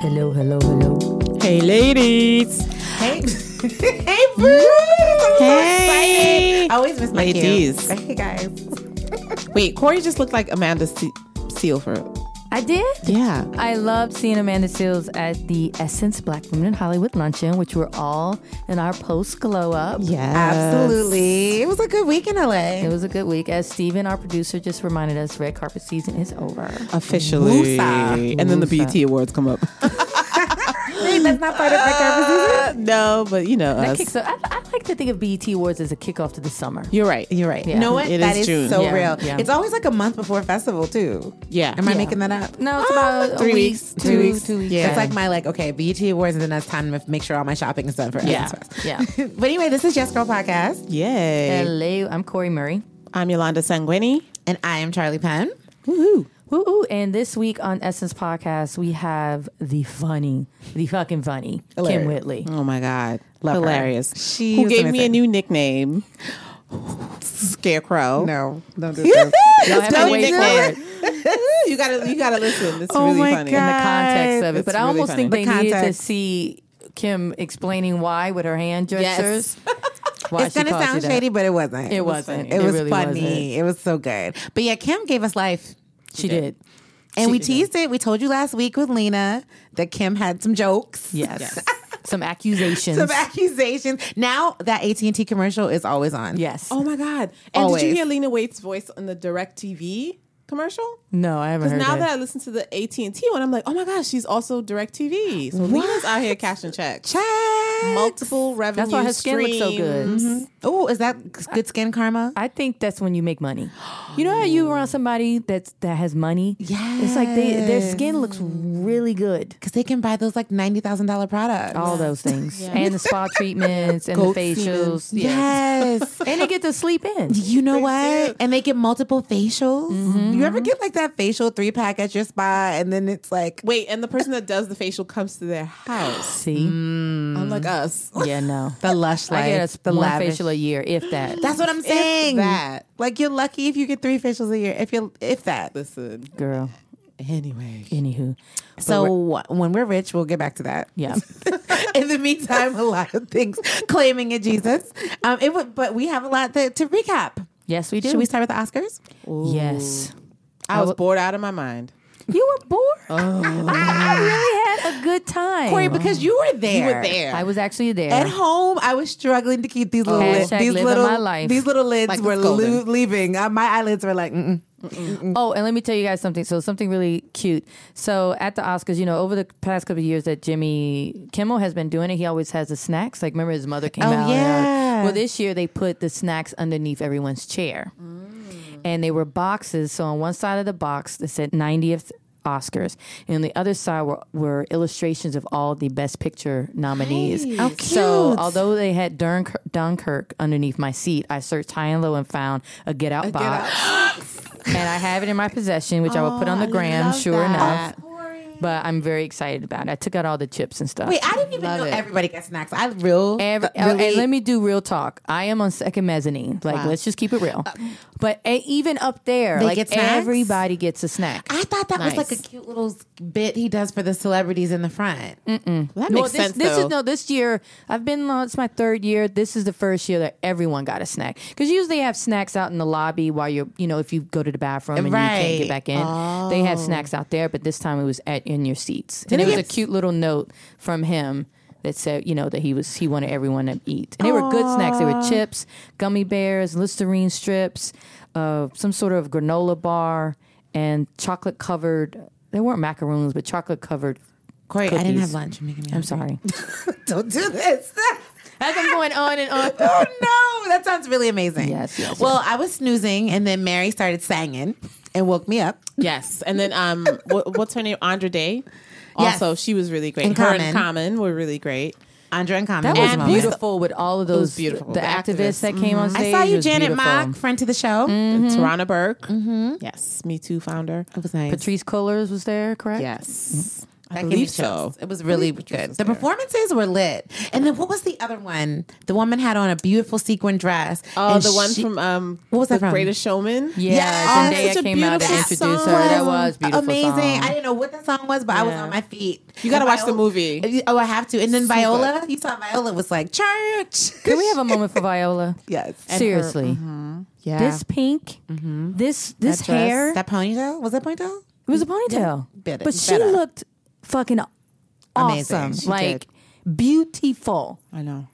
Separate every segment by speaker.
Speaker 1: Hello, hello, hello.
Speaker 2: Hey, ladies.
Speaker 3: Hey, hey, Bruce. I'm
Speaker 2: Hey.
Speaker 3: so excited. I always miss my cue.
Speaker 2: Ladies.
Speaker 3: Hey, guys.
Speaker 2: Wait, Corey just looked like Amanda Se- Sealford.
Speaker 1: I did?
Speaker 2: Yeah.
Speaker 1: I loved seeing Amanda Seals at the Essence Black Women in Hollywood luncheon, which we're all in our post glow up.
Speaker 2: Yeah.
Speaker 3: Absolutely. It was a good week in
Speaker 1: It
Speaker 3: LA.
Speaker 1: was a good week. As Steven, our producer, just reminded us red carpet season is over.
Speaker 2: Officially.
Speaker 3: Woosa.
Speaker 2: And then the
Speaker 1: Woosa.
Speaker 2: BT Awards come up.
Speaker 3: Hey, that's not part of my conversation.
Speaker 2: Uh, no, but you know
Speaker 1: That
Speaker 2: us.
Speaker 1: kicks I, I like to think of BET Awards as a kickoff to the summer.
Speaker 2: You're right. You're right.
Speaker 1: Yeah.
Speaker 3: You know what?
Speaker 2: It
Speaker 3: that
Speaker 2: is
Speaker 3: is
Speaker 2: June.
Speaker 3: so
Speaker 1: Yeah,
Speaker 3: real.
Speaker 1: yeah.
Speaker 3: It's always like a month before festival too.
Speaker 2: Yeah.
Speaker 3: Am I
Speaker 1: Yeah.
Speaker 3: making that up?
Speaker 1: No, it's
Speaker 3: Ah,
Speaker 1: about a
Speaker 3: three
Speaker 1: week,
Speaker 3: weeks.
Speaker 1: two-
Speaker 3: Two weeks.
Speaker 1: two weeks.
Speaker 2: Yeah.
Speaker 3: That's like my like. Okay, BET Awards, and then that's time to make sure all my shopping is done for
Speaker 2: Yeah.
Speaker 3: Essence Fest.
Speaker 1: Yeah.
Speaker 3: but anyway, this is Yes Girl Podcast,
Speaker 2: Yay.
Speaker 1: Hello, I'm Corey Murray.
Speaker 2: I'm Yolanda Sanguini.
Speaker 3: and I am Charlie Penn.
Speaker 2: Woohoo.
Speaker 1: Woo ooh. And this week on Essence Podcast, we have the funny, the fucking funny Kim
Speaker 3: Hilarious.
Speaker 1: Whitley.
Speaker 2: Oh my God.
Speaker 3: her.
Speaker 2: Hilarious.
Speaker 3: She
Speaker 2: Who
Speaker 3: was
Speaker 2: gave me a
Speaker 3: amazing.
Speaker 2: new nickname. Scarecrow.
Speaker 3: No, don't do
Speaker 1: Y'all have to
Speaker 2: Don't
Speaker 1: wait
Speaker 2: do
Speaker 1: for it.
Speaker 2: it. you gotta you gotta listen. This is
Speaker 3: Oh
Speaker 2: really
Speaker 3: my
Speaker 2: funny.
Speaker 3: God.
Speaker 1: the context of it.
Speaker 2: It's
Speaker 1: but I
Speaker 2: really
Speaker 1: almost
Speaker 2: funny.
Speaker 1: think they
Speaker 3: The
Speaker 1: needed to
Speaker 3: context.
Speaker 1: see Kim explaining why with her hand
Speaker 3: Yes.
Speaker 1: gestures. Why
Speaker 3: It's
Speaker 1: she
Speaker 3: gonna
Speaker 1: called you
Speaker 3: sound
Speaker 1: that.
Speaker 3: shady, but it wasn't.
Speaker 1: It wasn't.
Speaker 3: It
Speaker 1: It
Speaker 3: was
Speaker 1: really
Speaker 3: funny.
Speaker 1: wasn't.
Speaker 3: It was so good. But yeah, Kim gave us life.
Speaker 1: She did.
Speaker 3: And we teased it. We told you last week with Lena that Kim had some jokes.
Speaker 1: Yes. Some accusations.
Speaker 3: Some accusations. Now that AT and T commercial is always on.
Speaker 1: yes.
Speaker 2: Oh my God. And did
Speaker 3: Always.
Speaker 2: you hear Lena Waite's voice on the direct TV commercial?
Speaker 1: no, I haven't
Speaker 2: Because
Speaker 1: heard
Speaker 2: now
Speaker 1: that.
Speaker 2: that I listen to the AT and T one, I'm like, oh my gosh, she's also Direct TV. So Lena's out here cashing checks,
Speaker 3: Check.
Speaker 2: multiple revenue.
Speaker 1: That's why her skin looks so good. Mm-hmm.
Speaker 2: streams.
Speaker 3: Oh, is that good skin karma?
Speaker 1: I think that's when you make money. You know how you around somebody that's that has money? Yeah. It's like they, their skin looks really good.
Speaker 3: Because they can buy those like ninety thousand dollar products.
Speaker 1: All those things. And the spa treatments and the facials. Yeah.
Speaker 3: Yes.
Speaker 1: And they get to sleep in.
Speaker 3: You know what? And they Mm-hmm. get multiple facials. You ever get like that facial three pack at your spa, and then it's like
Speaker 2: Wait, and the person that does the facial comes to their house,
Speaker 1: See?
Speaker 2: unlike us.
Speaker 1: Yeah, no.
Speaker 3: Mm. the lush life,
Speaker 1: I get a,
Speaker 3: the
Speaker 1: one
Speaker 3: lavish.
Speaker 1: facial a year, if that.
Speaker 3: That's what I'm saying.
Speaker 2: that.
Speaker 3: Like you're lucky if you get three facials a year. If you if that.
Speaker 2: Listen,
Speaker 1: Girl.
Speaker 2: anyway,
Speaker 1: Anywho.
Speaker 3: So when we're rich, we'll get back to that.
Speaker 1: Yeah.
Speaker 3: In the meantime, a lot of things claiming a Jesus. Um, it would, but we have a lot to, to recap.
Speaker 1: Yes, we do.
Speaker 3: Should we start with the Oscars?
Speaker 1: Yes.
Speaker 2: I was bored out of my mind.
Speaker 1: You were bored. I, I really had a good time.
Speaker 3: Corey, because you were there.
Speaker 2: You were there.
Speaker 1: I was actually there.
Speaker 3: At home, I was struggling to keep these little lids.
Speaker 1: Hashtag
Speaker 3: These
Speaker 1: living
Speaker 3: little,
Speaker 1: my life.
Speaker 3: these little lids
Speaker 2: Like
Speaker 3: were
Speaker 2: it's golden.
Speaker 3: lo- leaving. Uh, my eyelids were like, mm-mm. Mm.
Speaker 1: Oh, and let me tell you guys something. So something really cute. So at the Oscars, you know, over the past couple of years that Jimmy Kimmel has been doing it, he always has the snacks. Like remember his mother came
Speaker 3: Oh,
Speaker 1: out. and, uh,
Speaker 3: yeah.
Speaker 1: well, this year they put the snacks underneath everyone's chair,
Speaker 3: Mm.
Speaker 1: and they were boxes. So on one side of the box that said 90th. Oscars, and on the other side were, were illustrations of all the Best Picture nominees.
Speaker 3: How
Speaker 1: So
Speaker 3: cute.
Speaker 1: although they had Dunkirk, Dunkirk underneath my seat, I searched high and low and found a Get Out box and I have it in my possession, which I will put on the gram,
Speaker 3: love
Speaker 1: sure
Speaker 3: that.
Speaker 1: enough. But I'm very excited about it. I took out all the chips and stuff.
Speaker 3: Wait, I didn't even know everybody got snacks. I real.
Speaker 1: Every, oh,
Speaker 3: really,
Speaker 1: and let me do real talk. I am on second mezzanine. Like, let's just keep it real. But e- even up there,
Speaker 3: Uh, They
Speaker 1: like
Speaker 3: get snacks?
Speaker 1: everybody gets a snack.
Speaker 3: I thought that was like a cute little bit he does for the celebrities in the front.
Speaker 2: That
Speaker 1: Well,
Speaker 2: makes
Speaker 1: this,
Speaker 2: sense.
Speaker 1: this
Speaker 2: though.
Speaker 1: is no. This year, I've been. uh, It's my third year. This is the first year that everyone got a snack because usually they have snacks out in the lobby while you're, you know, if you go to the bathroom and you can't get
Speaker 3: Right.
Speaker 1: back in, they have snacks out there. But this time it was at in your seats, and it
Speaker 3: Didn't
Speaker 1: was
Speaker 3: he
Speaker 1: a
Speaker 3: have-
Speaker 1: cute little note from him that said, you know, that he was he wanted everyone to eat, and they were good snacks. They were chips, gummy bears, Listerine strips, uh, some sort of granola bar, and chocolate covered. They weren't macaroons, but chocolate covered.
Speaker 3: Corey, I didn't
Speaker 1: Cookies.
Speaker 3: have lunch. You're making me
Speaker 1: I'm
Speaker 3: hungry.
Speaker 1: sorry.
Speaker 3: Don't do this.
Speaker 1: As I'm going on and on.
Speaker 3: oh no, that sounds really amazing.
Speaker 1: Yes, yes,
Speaker 3: Well, I was snoozing, and then Mary started singing and woke me up.
Speaker 2: Yes, and then um, what, what's her name? Andra Day.
Speaker 3: Yes.
Speaker 2: Also, she was really great.
Speaker 3: And
Speaker 2: her
Speaker 3: Common.
Speaker 2: and Common were really great.
Speaker 3: Andra and Common.
Speaker 1: That was
Speaker 3: And
Speaker 2: beautiful.
Speaker 1: beautiful with all of those
Speaker 2: beautiful.
Speaker 1: the
Speaker 2: The
Speaker 1: activists Mm-hmm.
Speaker 2: activists.
Speaker 1: that came on
Speaker 3: I
Speaker 1: stage.
Speaker 3: saw you,
Speaker 1: was
Speaker 3: Janet
Speaker 1: beautiful. Mm.
Speaker 3: Mock, friend to the show.
Speaker 1: Mm-hmm.
Speaker 2: And Tarana Burke. Yes, Me Too founder.
Speaker 3: It was nice.
Speaker 1: Patrice Cullors was there, correct?
Speaker 2: Yes. Mm-hmm. I
Speaker 3: That gave me
Speaker 2: believe
Speaker 3: chills.
Speaker 2: so.
Speaker 3: It was really good. The performances were lit. And then what was the other one? The woman had on a beautiful sequin dress.
Speaker 2: Oh,
Speaker 3: and
Speaker 2: the one
Speaker 3: she-
Speaker 2: from um,
Speaker 3: What was that
Speaker 2: the
Speaker 3: from?
Speaker 2: Greatest Showman.
Speaker 1: Yeah,
Speaker 3: Yes.
Speaker 1: Zendaya
Speaker 2: Such a
Speaker 1: came out to
Speaker 2: beautiful
Speaker 1: introduce
Speaker 2: song.
Speaker 1: her. That was a beautiful.
Speaker 3: amazing.
Speaker 1: song.
Speaker 3: I didn't know what the song was, but I was
Speaker 1: Yeah.
Speaker 3: on my feet.
Speaker 2: You gotta
Speaker 3: And
Speaker 2: watch the
Speaker 3: Viola-
Speaker 2: movie.
Speaker 3: Oh, I have to. And then Viola, you saw Viola was like church.
Speaker 1: Can we have a moment for Viola?
Speaker 3: yes.
Speaker 1: Seriously,
Speaker 3: Yeah.
Speaker 1: this pink, this this
Speaker 3: dress,
Speaker 1: hair,
Speaker 3: that ponytail was that ponytail?
Speaker 1: it was a ponytail,
Speaker 3: better-
Speaker 1: but she
Speaker 3: better.
Speaker 1: looked fucking
Speaker 3: Amazing.
Speaker 1: awesome,
Speaker 3: She
Speaker 1: like beautiful.
Speaker 2: I know.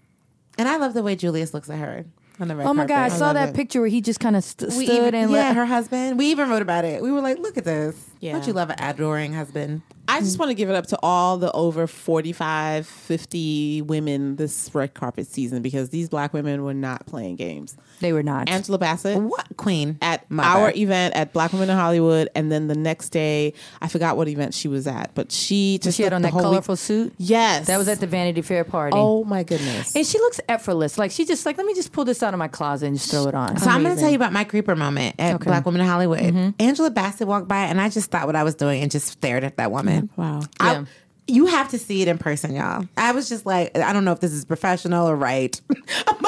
Speaker 3: And I love the way Julius looks at her on the red
Speaker 1: Oh my god, I
Speaker 3: carpet.
Speaker 1: saw
Speaker 2: love
Speaker 1: that
Speaker 2: it.
Speaker 1: picture where he just kind of st-
Speaker 3: We
Speaker 1: stood
Speaker 3: even,
Speaker 1: and
Speaker 3: yeah,
Speaker 1: let
Speaker 3: her husband. We even wrote about it. We were like, look at this.
Speaker 2: Yeah.
Speaker 3: Don't you love an adoring husband?
Speaker 2: I just want to give it up to all the over 45, 50 women this red carpet season because these black women were not playing games.
Speaker 1: They were not.
Speaker 2: Angela Bassett.
Speaker 3: What queen?
Speaker 2: at
Speaker 3: My
Speaker 2: our
Speaker 3: bad.
Speaker 2: event at Black Women in Hollywood, and then the next day, I forgot what event she was at, but she just
Speaker 1: she had
Speaker 2: looked
Speaker 1: on
Speaker 2: the
Speaker 1: that
Speaker 2: whole week-
Speaker 1: colorful suit.
Speaker 2: Yes,
Speaker 1: That was at the Vanity Fair party.
Speaker 2: Oh my goodness!
Speaker 1: And she looks effortless. Like she just like let me just pull this out of my closet and just throw it on.
Speaker 3: So I'm going to tell you about my creeper moment at Black Women in Hollywood. Angela Bassett walked by, and I just thought what I was doing and just stared at that woman.
Speaker 2: wow.
Speaker 3: I-
Speaker 1: Yeah.
Speaker 3: you have to see it in person, y'all. I was just like, I don't know if this is professional or right, but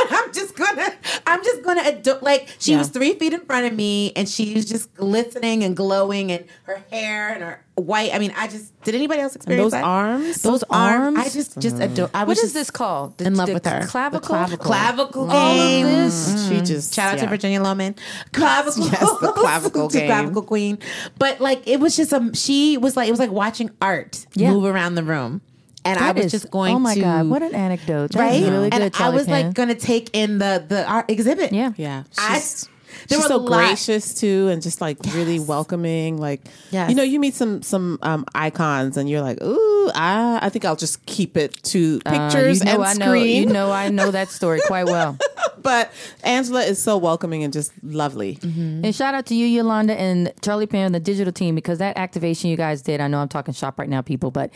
Speaker 3: I'm just gonna, I'm just gonna ado- like. She
Speaker 2: Yeah.
Speaker 3: was three feet in front of me, and she was just glistening and glowing, and her hair and her white. I mean, I just did anybody else experience
Speaker 2: those
Speaker 3: that?
Speaker 2: arms?
Speaker 3: Those,
Speaker 1: Those
Speaker 3: arms, I
Speaker 1: arms?
Speaker 3: just, just adore. I was
Speaker 1: What is
Speaker 3: just
Speaker 1: this called? The-
Speaker 3: in love
Speaker 1: the
Speaker 3: with her. The
Speaker 1: Clavicle.
Speaker 2: clavicle.
Speaker 3: clavicle
Speaker 1: All of
Speaker 3: game.
Speaker 1: this.
Speaker 2: She just
Speaker 3: Shout out to
Speaker 2: yeah.
Speaker 3: Virginia Loman. Clavicle.
Speaker 2: Yes, the clavicle
Speaker 3: To
Speaker 2: game.
Speaker 3: clavicle queen. But like it was just um she was like it was like watching art
Speaker 1: Yeah.
Speaker 3: move around the room. And I
Speaker 1: That
Speaker 3: was
Speaker 1: is-
Speaker 3: just going
Speaker 1: Oh my
Speaker 3: to
Speaker 1: god, what an anecdote! That's
Speaker 3: right?
Speaker 1: really good.
Speaker 3: and I
Speaker 1: Charlie
Speaker 3: was
Speaker 1: Penn.
Speaker 3: like gonna take in the the art exhibit.
Speaker 1: yeah,
Speaker 2: Yeah,
Speaker 3: I
Speaker 2: she's,
Speaker 3: there
Speaker 2: she's
Speaker 3: were
Speaker 2: so
Speaker 3: a lot-
Speaker 2: gracious too, and just like really welcoming. Like,
Speaker 3: Yes.
Speaker 2: you know, you meet some some um, icons, and you're like, ooh, I, I think I'll just keep it to
Speaker 1: Uh,
Speaker 2: pictures
Speaker 1: you know,
Speaker 2: and
Speaker 1: I know,
Speaker 2: screen.
Speaker 1: you know, I know that story quite well.
Speaker 2: But Angela is so welcoming and just lovely.
Speaker 1: And shout out to you, Yolanda, and Charlie Pan, the digital team, because that activation you guys did. I know I'm talking shop right now, people, but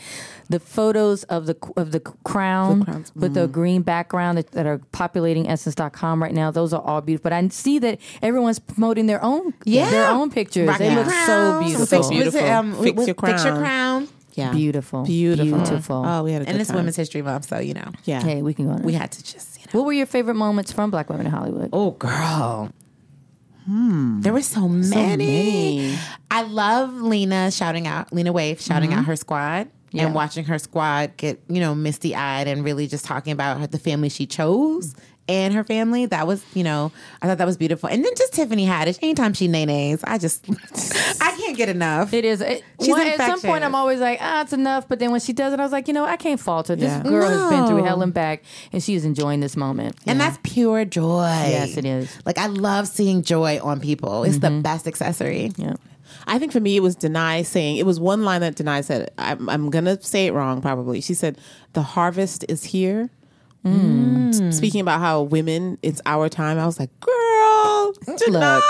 Speaker 1: the photos of the of the crown
Speaker 2: crowns.
Speaker 1: with
Speaker 3: Mm-hmm.
Speaker 1: the green background that, that are populating Essence.com right now. Those are all beautiful. But I see that everyone's promoting their own
Speaker 3: Yeah.
Speaker 1: their own pictures.
Speaker 3: Rock
Speaker 1: they
Speaker 3: your
Speaker 1: look so
Speaker 3: crown.
Speaker 1: beautiful,
Speaker 2: So
Speaker 3: Fix, was it, um,
Speaker 2: Fix
Speaker 3: was-
Speaker 2: your
Speaker 3: Fix your
Speaker 2: crown.
Speaker 3: crown.
Speaker 2: Yeah,
Speaker 1: beautiful,
Speaker 2: beautiful,
Speaker 1: beautiful.
Speaker 2: Oh, we had a good
Speaker 3: And it's
Speaker 2: time.
Speaker 3: Women's History Month, so you know.
Speaker 2: Yeah,
Speaker 1: Hey, we can go on.
Speaker 3: We had to just, you know.
Speaker 1: what were your favorite moments from Black Women in Hollywood?
Speaker 3: Oh, girl. There were so many.
Speaker 2: many.
Speaker 3: I love Lena shouting out, Lena Wave shouting out her squad
Speaker 1: Yeah.
Speaker 3: and watching her squad get, you know, misty eyed and really just talking about her, the family she chose and her family. That was, you know, I thought that was beautiful. And then just Tiffany Haddish, anytime she nays, I just, I can't get enough.
Speaker 1: It is. It,
Speaker 3: She's
Speaker 1: well, at some
Speaker 3: infectious.
Speaker 1: point, I'm always like, ah, it's enough. But then when she does it, I was like, you know, I can't fault her. This
Speaker 2: Yeah.
Speaker 1: girl has been through
Speaker 3: No.
Speaker 1: hell and back, and she is enjoying this moment.
Speaker 3: And that's pure joy.
Speaker 1: Yes, it is.
Speaker 3: Like, I love seeing joy on people. It's the best accessory.
Speaker 1: Yeah.
Speaker 2: I think for me, it was Denai saying it was one line that Denai said. I'm, I'm gonna say it wrong, probably. She said, "The harvest is here." S- Speaking about how women, it's our time. I was like, "Girl, Denai,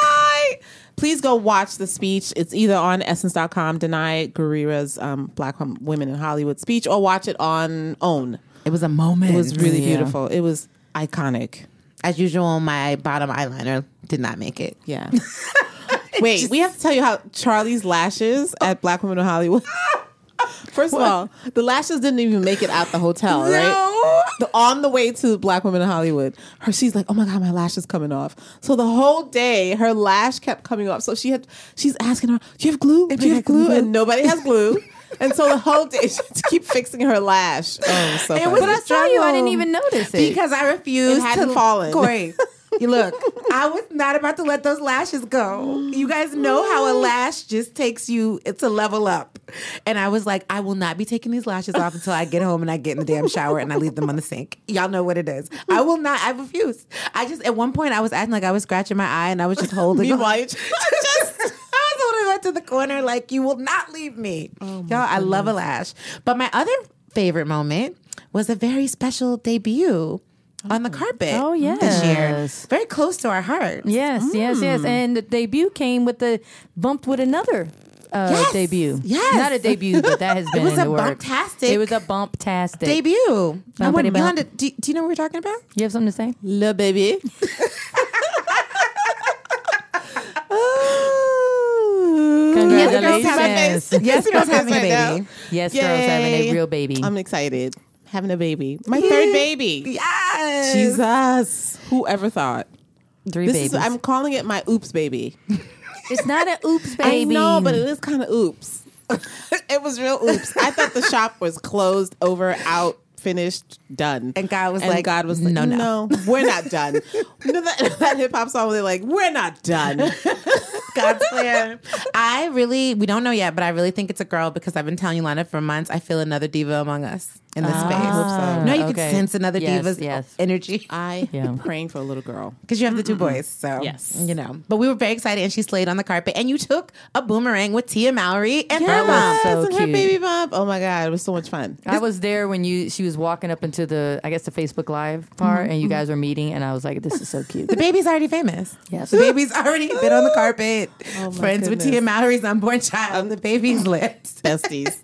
Speaker 2: please go watch the speech. It's either on Essence.com, Denai Guerrera's um, Black Hom- Women in Hollywood speech, or watch it on OWN.
Speaker 3: It was a moment.
Speaker 2: It was really
Speaker 1: Yeah.
Speaker 2: beautiful. It was iconic.
Speaker 3: as usual, my bottom eyeliner did not make it.
Speaker 2: Yeah. Wait, we have to tell you how Charlie's lashes at Black Women in Hollywood. First of all, the lashes didn't even make it out the hotel, right? The, on the way to Black Women in Hollywood, her she's like, "Oh my god, my lash is coming off." So the whole day, her lash kept coming off. So she had, she's asking her, "Do you have glue? Do you have glue?" And nobody has glue. and so the whole day, she had to keep fixing her lash. Oh, so
Speaker 3: It
Speaker 2: funny.
Speaker 3: was
Speaker 1: But I saw you. I didn't even notice it.
Speaker 3: because I refused
Speaker 2: It hadn't
Speaker 3: to
Speaker 2: fallen.
Speaker 3: Corey, you look, I was not about to let those lashes go. You guys know how a lash just takes you; it's a level up. And I was like, I will not be taking these lashes off until I get home and I get in the damn shower and I leave them on the sink. Y'all know what it is. I will not. I refuse. I just at one point I was acting like I was scratching my eye and I was just holding.
Speaker 2: Meanwhile,
Speaker 3: on.
Speaker 2: you-
Speaker 3: just I was holding on to the corner like you will not leave me.
Speaker 1: Oh
Speaker 3: Y'all, I love a lash. But my other favorite moment was a very special debut on the carpet.
Speaker 1: Oh,
Speaker 3: This year.
Speaker 1: yes.
Speaker 3: Very close to our heart.
Speaker 1: yes, yes, yes. And the debut came with the bumped with another uh,
Speaker 3: Yes.
Speaker 1: debut.
Speaker 3: Yes.
Speaker 1: Not a debut, but that has been
Speaker 3: was
Speaker 1: in
Speaker 3: a
Speaker 1: the works.
Speaker 3: bumptastic
Speaker 1: It was a bumptastic.
Speaker 3: Debut. I
Speaker 1: Bump
Speaker 3: want
Speaker 1: it, bump.
Speaker 3: Yolanda, do, do you know what we're talking about?
Speaker 1: You have something to say?
Speaker 2: little baby.
Speaker 1: Yes,
Speaker 2: Congratulations.
Speaker 1: girls having a
Speaker 2: Yes,
Speaker 3: Yes, girls
Speaker 2: girls
Speaker 3: having a
Speaker 2: right now.
Speaker 3: baby.
Speaker 1: Yes, girls having a
Speaker 2: Yay.
Speaker 1: real baby.
Speaker 2: I'm excited. Having a baby. My third baby.
Speaker 3: Yes.
Speaker 2: Jesus. Whoever thought?
Speaker 1: Three
Speaker 2: This
Speaker 1: babies.
Speaker 2: is I'm calling it my oops baby.
Speaker 1: it's not an oops baby.
Speaker 2: I know, but it is kind of oops. it was real oops. I thought the shop was closed, over, out, finished, done.
Speaker 3: And God was
Speaker 2: And
Speaker 3: like,
Speaker 2: God was like,
Speaker 3: "No,
Speaker 2: no,
Speaker 3: no."
Speaker 2: no, we're not done. you know that, that hip hop song where they're like, we're not done.
Speaker 3: God's plan. I really, we don't know yet, but I really think it's a girl because I've been telling Lana for months. I feel another diva among us in
Speaker 1: Ah.
Speaker 3: this space. No, you
Speaker 1: okay.
Speaker 3: can sense another
Speaker 1: Yes,
Speaker 3: diva's
Speaker 1: yes.
Speaker 3: energy
Speaker 2: I
Speaker 1: Yeah.
Speaker 2: am praying for a little girl.
Speaker 3: because you have the two boys. So
Speaker 2: Yes.
Speaker 3: you know. But we were very excited, and she slayed on the carpet. And you took a boomerang with Tia Mallory and her mom.
Speaker 1: was so
Speaker 2: and her
Speaker 1: cute.
Speaker 2: baby bump. Oh my god, it was so much fun.
Speaker 1: I was there when you she was walking up into the I guess the Facebook Live part and you guys were meeting and I was like this is so cute.
Speaker 3: The baby's already famous.
Speaker 1: Yes. Oh,
Speaker 3: The baby's already been on the carpet. Friends with
Speaker 2: goodness.
Speaker 3: Tia Mallory's unborn child. The baby's lips.
Speaker 2: Besties.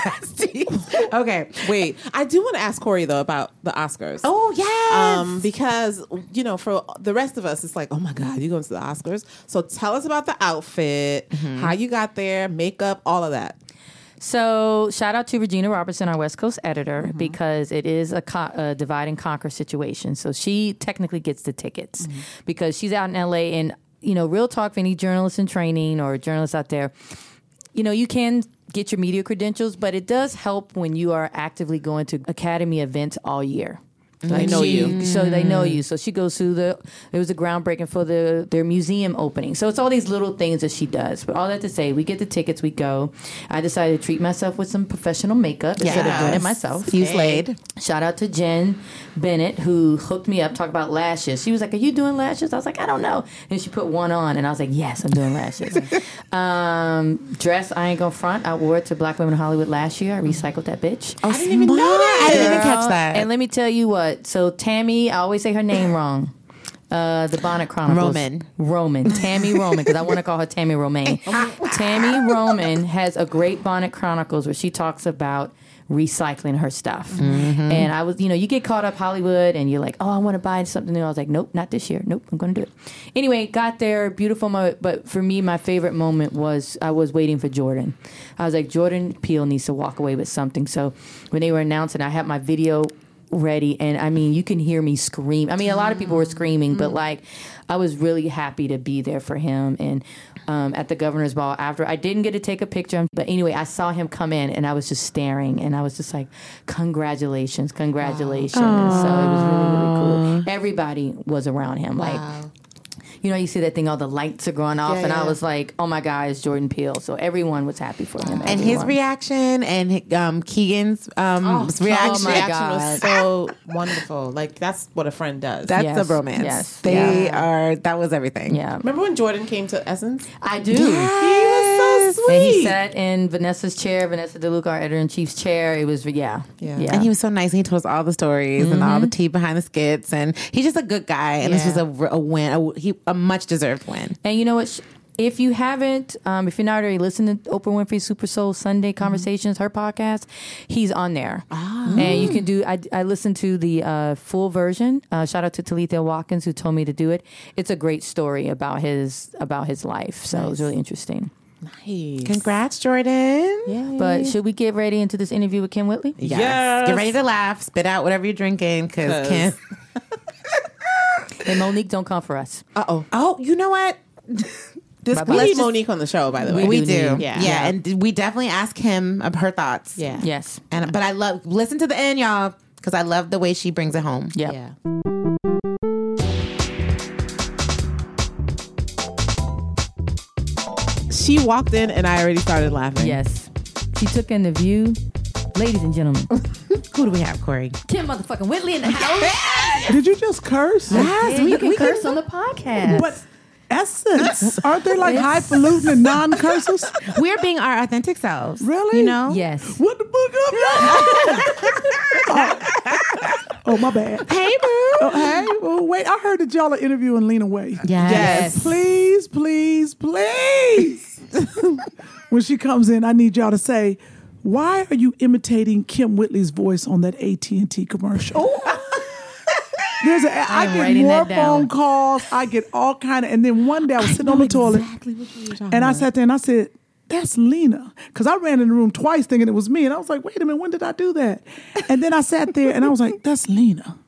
Speaker 3: Besties. okay.
Speaker 2: Wait, I do want to ask Corey though about the Oscars.
Speaker 3: Oh yes.
Speaker 2: Um, because you know, for the rest of us, it's like, oh my god, you going to the Oscars? So tell us about the outfit, how you got there, makeup, all of that.
Speaker 1: So shout out to Regina Robertson, our West Coast editor, because it is a, co- a divide and conquer situation. So she technically gets the tickets because she's out in LA. And you know, real talk for any journalists in training or journalists out there, you know, you can get your media credentials, but it does help when you are actively going to academy events all year. Like
Speaker 2: know
Speaker 1: she-
Speaker 2: you.
Speaker 1: so they know you. So she goes through the. It was a groundbreaking for the their museum opening. So it's all these little things that she does. But all that to say, we get the tickets, we go. I decided to treat myself with some professional makeup instead of doing it
Speaker 3: Yes.
Speaker 1: myself.
Speaker 3: You slayed.
Speaker 1: Shout out to Jen Bennett who hooked me up. Talk about lashes. She was like, "Are you doing lashes?" I was like, "I don't know." And she put one on, and I was like, "Yes, I'm doing lashes." um, dress, I ain't gonna front. I wore it to Black Women in Hollywood last year. I recycled that bitch.
Speaker 3: I didn't even know that. I didn't even catch that.
Speaker 1: And let me tell you what. So Tammy, I always say her name wrong. Uh, the Bonnet Chronicles.
Speaker 3: Roman.
Speaker 1: Roman. Tammy Roman, because I want to call her Tammy Romaine. Tammy Roman has a great Bonnet Chronicles where she talks about recycling her stuff. And I was, you know, you get caught up Hollywood and you're like, oh, I want to buy something new. I was like, nope, not this year. Nope, I'm going to do it. Anyway, got there, beautiful moment. But for me, my favorite moment was I was waiting for Jordan. I was like, Jordan Peele needs to walk away with something. So when they were announcing, I had my video ready and i mean you can hear me scream i mean a lot of people were screaming
Speaker 2: Mm-hmm.
Speaker 1: but like i was really happy to be there for him and um, at the governor's ball after i didn't get to take a picture but anyway i saw him come in and i was just staring and i was just like congratulations congratulations And so it was really really cool everybody was around him like you know, you see that thing, all the lights are going off,
Speaker 2: Yeah,
Speaker 1: and I
Speaker 2: yeah.
Speaker 1: was like, "Oh my God, it's Jordan Peele!" So everyone was happy for him.
Speaker 3: and his
Speaker 1: everyone.
Speaker 3: reaction and um, Keegan's um, reaction.
Speaker 1: Oh my
Speaker 2: reaction
Speaker 1: God.
Speaker 2: was so wonderful. Like that's what a friend does.
Speaker 3: That's
Speaker 1: Yes,
Speaker 3: a romance.
Speaker 1: yes,
Speaker 3: They are. That was everything.
Speaker 1: yeah,
Speaker 2: Remember when Jordan came to Essence?
Speaker 1: I do.
Speaker 2: He was so sweet.
Speaker 1: And he sat in Vanessa's chair, Vanessa DeLuca, our editor in chief's chair. It was yeah, yeah.
Speaker 3: And he was so nice. He told us all the stories and all the tea behind the skits. And he's just a good guy. And this was
Speaker 2: Yeah.
Speaker 3: a, a win, a, he, a much deserved win.
Speaker 1: And you know what? sh- If you haven't, um, if you're not already listening to Oprah Winfrey Super Soul Sunday Conversations, her podcast, he's on there. And you can do, I, I listened to the uh, full version. Uh, shout out to Talitha Watkins who told me to do it. It's a great story about his, about his life. So it was really interesting.
Speaker 2: Nice.
Speaker 3: Congrats, Jordan.
Speaker 1: But should we get ready into this interview with Kim Whitley?
Speaker 3: Yes.
Speaker 2: Yes.
Speaker 3: Get ready to laugh. Spit out whatever you're drinking because
Speaker 2: 'Cause-
Speaker 3: Kim.
Speaker 1: And Monique, don't come for us.
Speaker 2: Uh oh.
Speaker 3: Oh, you know what? This,
Speaker 1: Bye-bye.
Speaker 2: We
Speaker 1: Let's
Speaker 2: need
Speaker 1: just-
Speaker 2: Monique on the show, by the way.
Speaker 3: We do.
Speaker 1: need-
Speaker 3: Yeah.
Speaker 2: Yeah.
Speaker 3: yeah. And th- we definitely ask him of her thoughts.
Speaker 2: Yeah.
Speaker 1: Yes.
Speaker 3: And but I love listen to the end, y'all, because I love the way she brings it home.
Speaker 1: Yeah.
Speaker 2: Yeah. She walked in and I already started laughing.
Speaker 1: Yes. She took in the view. Ladies and gentlemen,
Speaker 3: Who do we have, Corey?
Speaker 1: Kim motherfucking Whitley in the
Speaker 3: Oh,
Speaker 1: house.
Speaker 4: Did you just curse?
Speaker 1: Yeah, you can curse on the podcast.
Speaker 4: But essence, aren't they like highfalutin and non-curses?
Speaker 3: We're being our authentic selves.
Speaker 4: Really?
Speaker 3: You know?
Speaker 1: yes.
Speaker 4: What the fuck up? oh. Oh, my bad.
Speaker 3: Hey, boo.
Speaker 4: Oh, hey, oh, wait, I heard that y'all are interviewing Lena Way.
Speaker 3: Yes.
Speaker 4: Please, please, please. when she comes in, I need y'all to say, why are you imitating Kim Whitley's voice on that AT&T commercial? There's a, I
Speaker 1: I'm
Speaker 4: get
Speaker 1: writing
Speaker 4: more
Speaker 1: that down.
Speaker 4: phone
Speaker 5: Uh-huh.
Speaker 4: calls. I get all kind of, and then one day I was sitting on the toilet, and I sat there and I said, that's Lena. Because I ran in the room twice thinking it was me. And I was like, wait a minute, when did I do that? And then I sat there and I was like, that's Lena.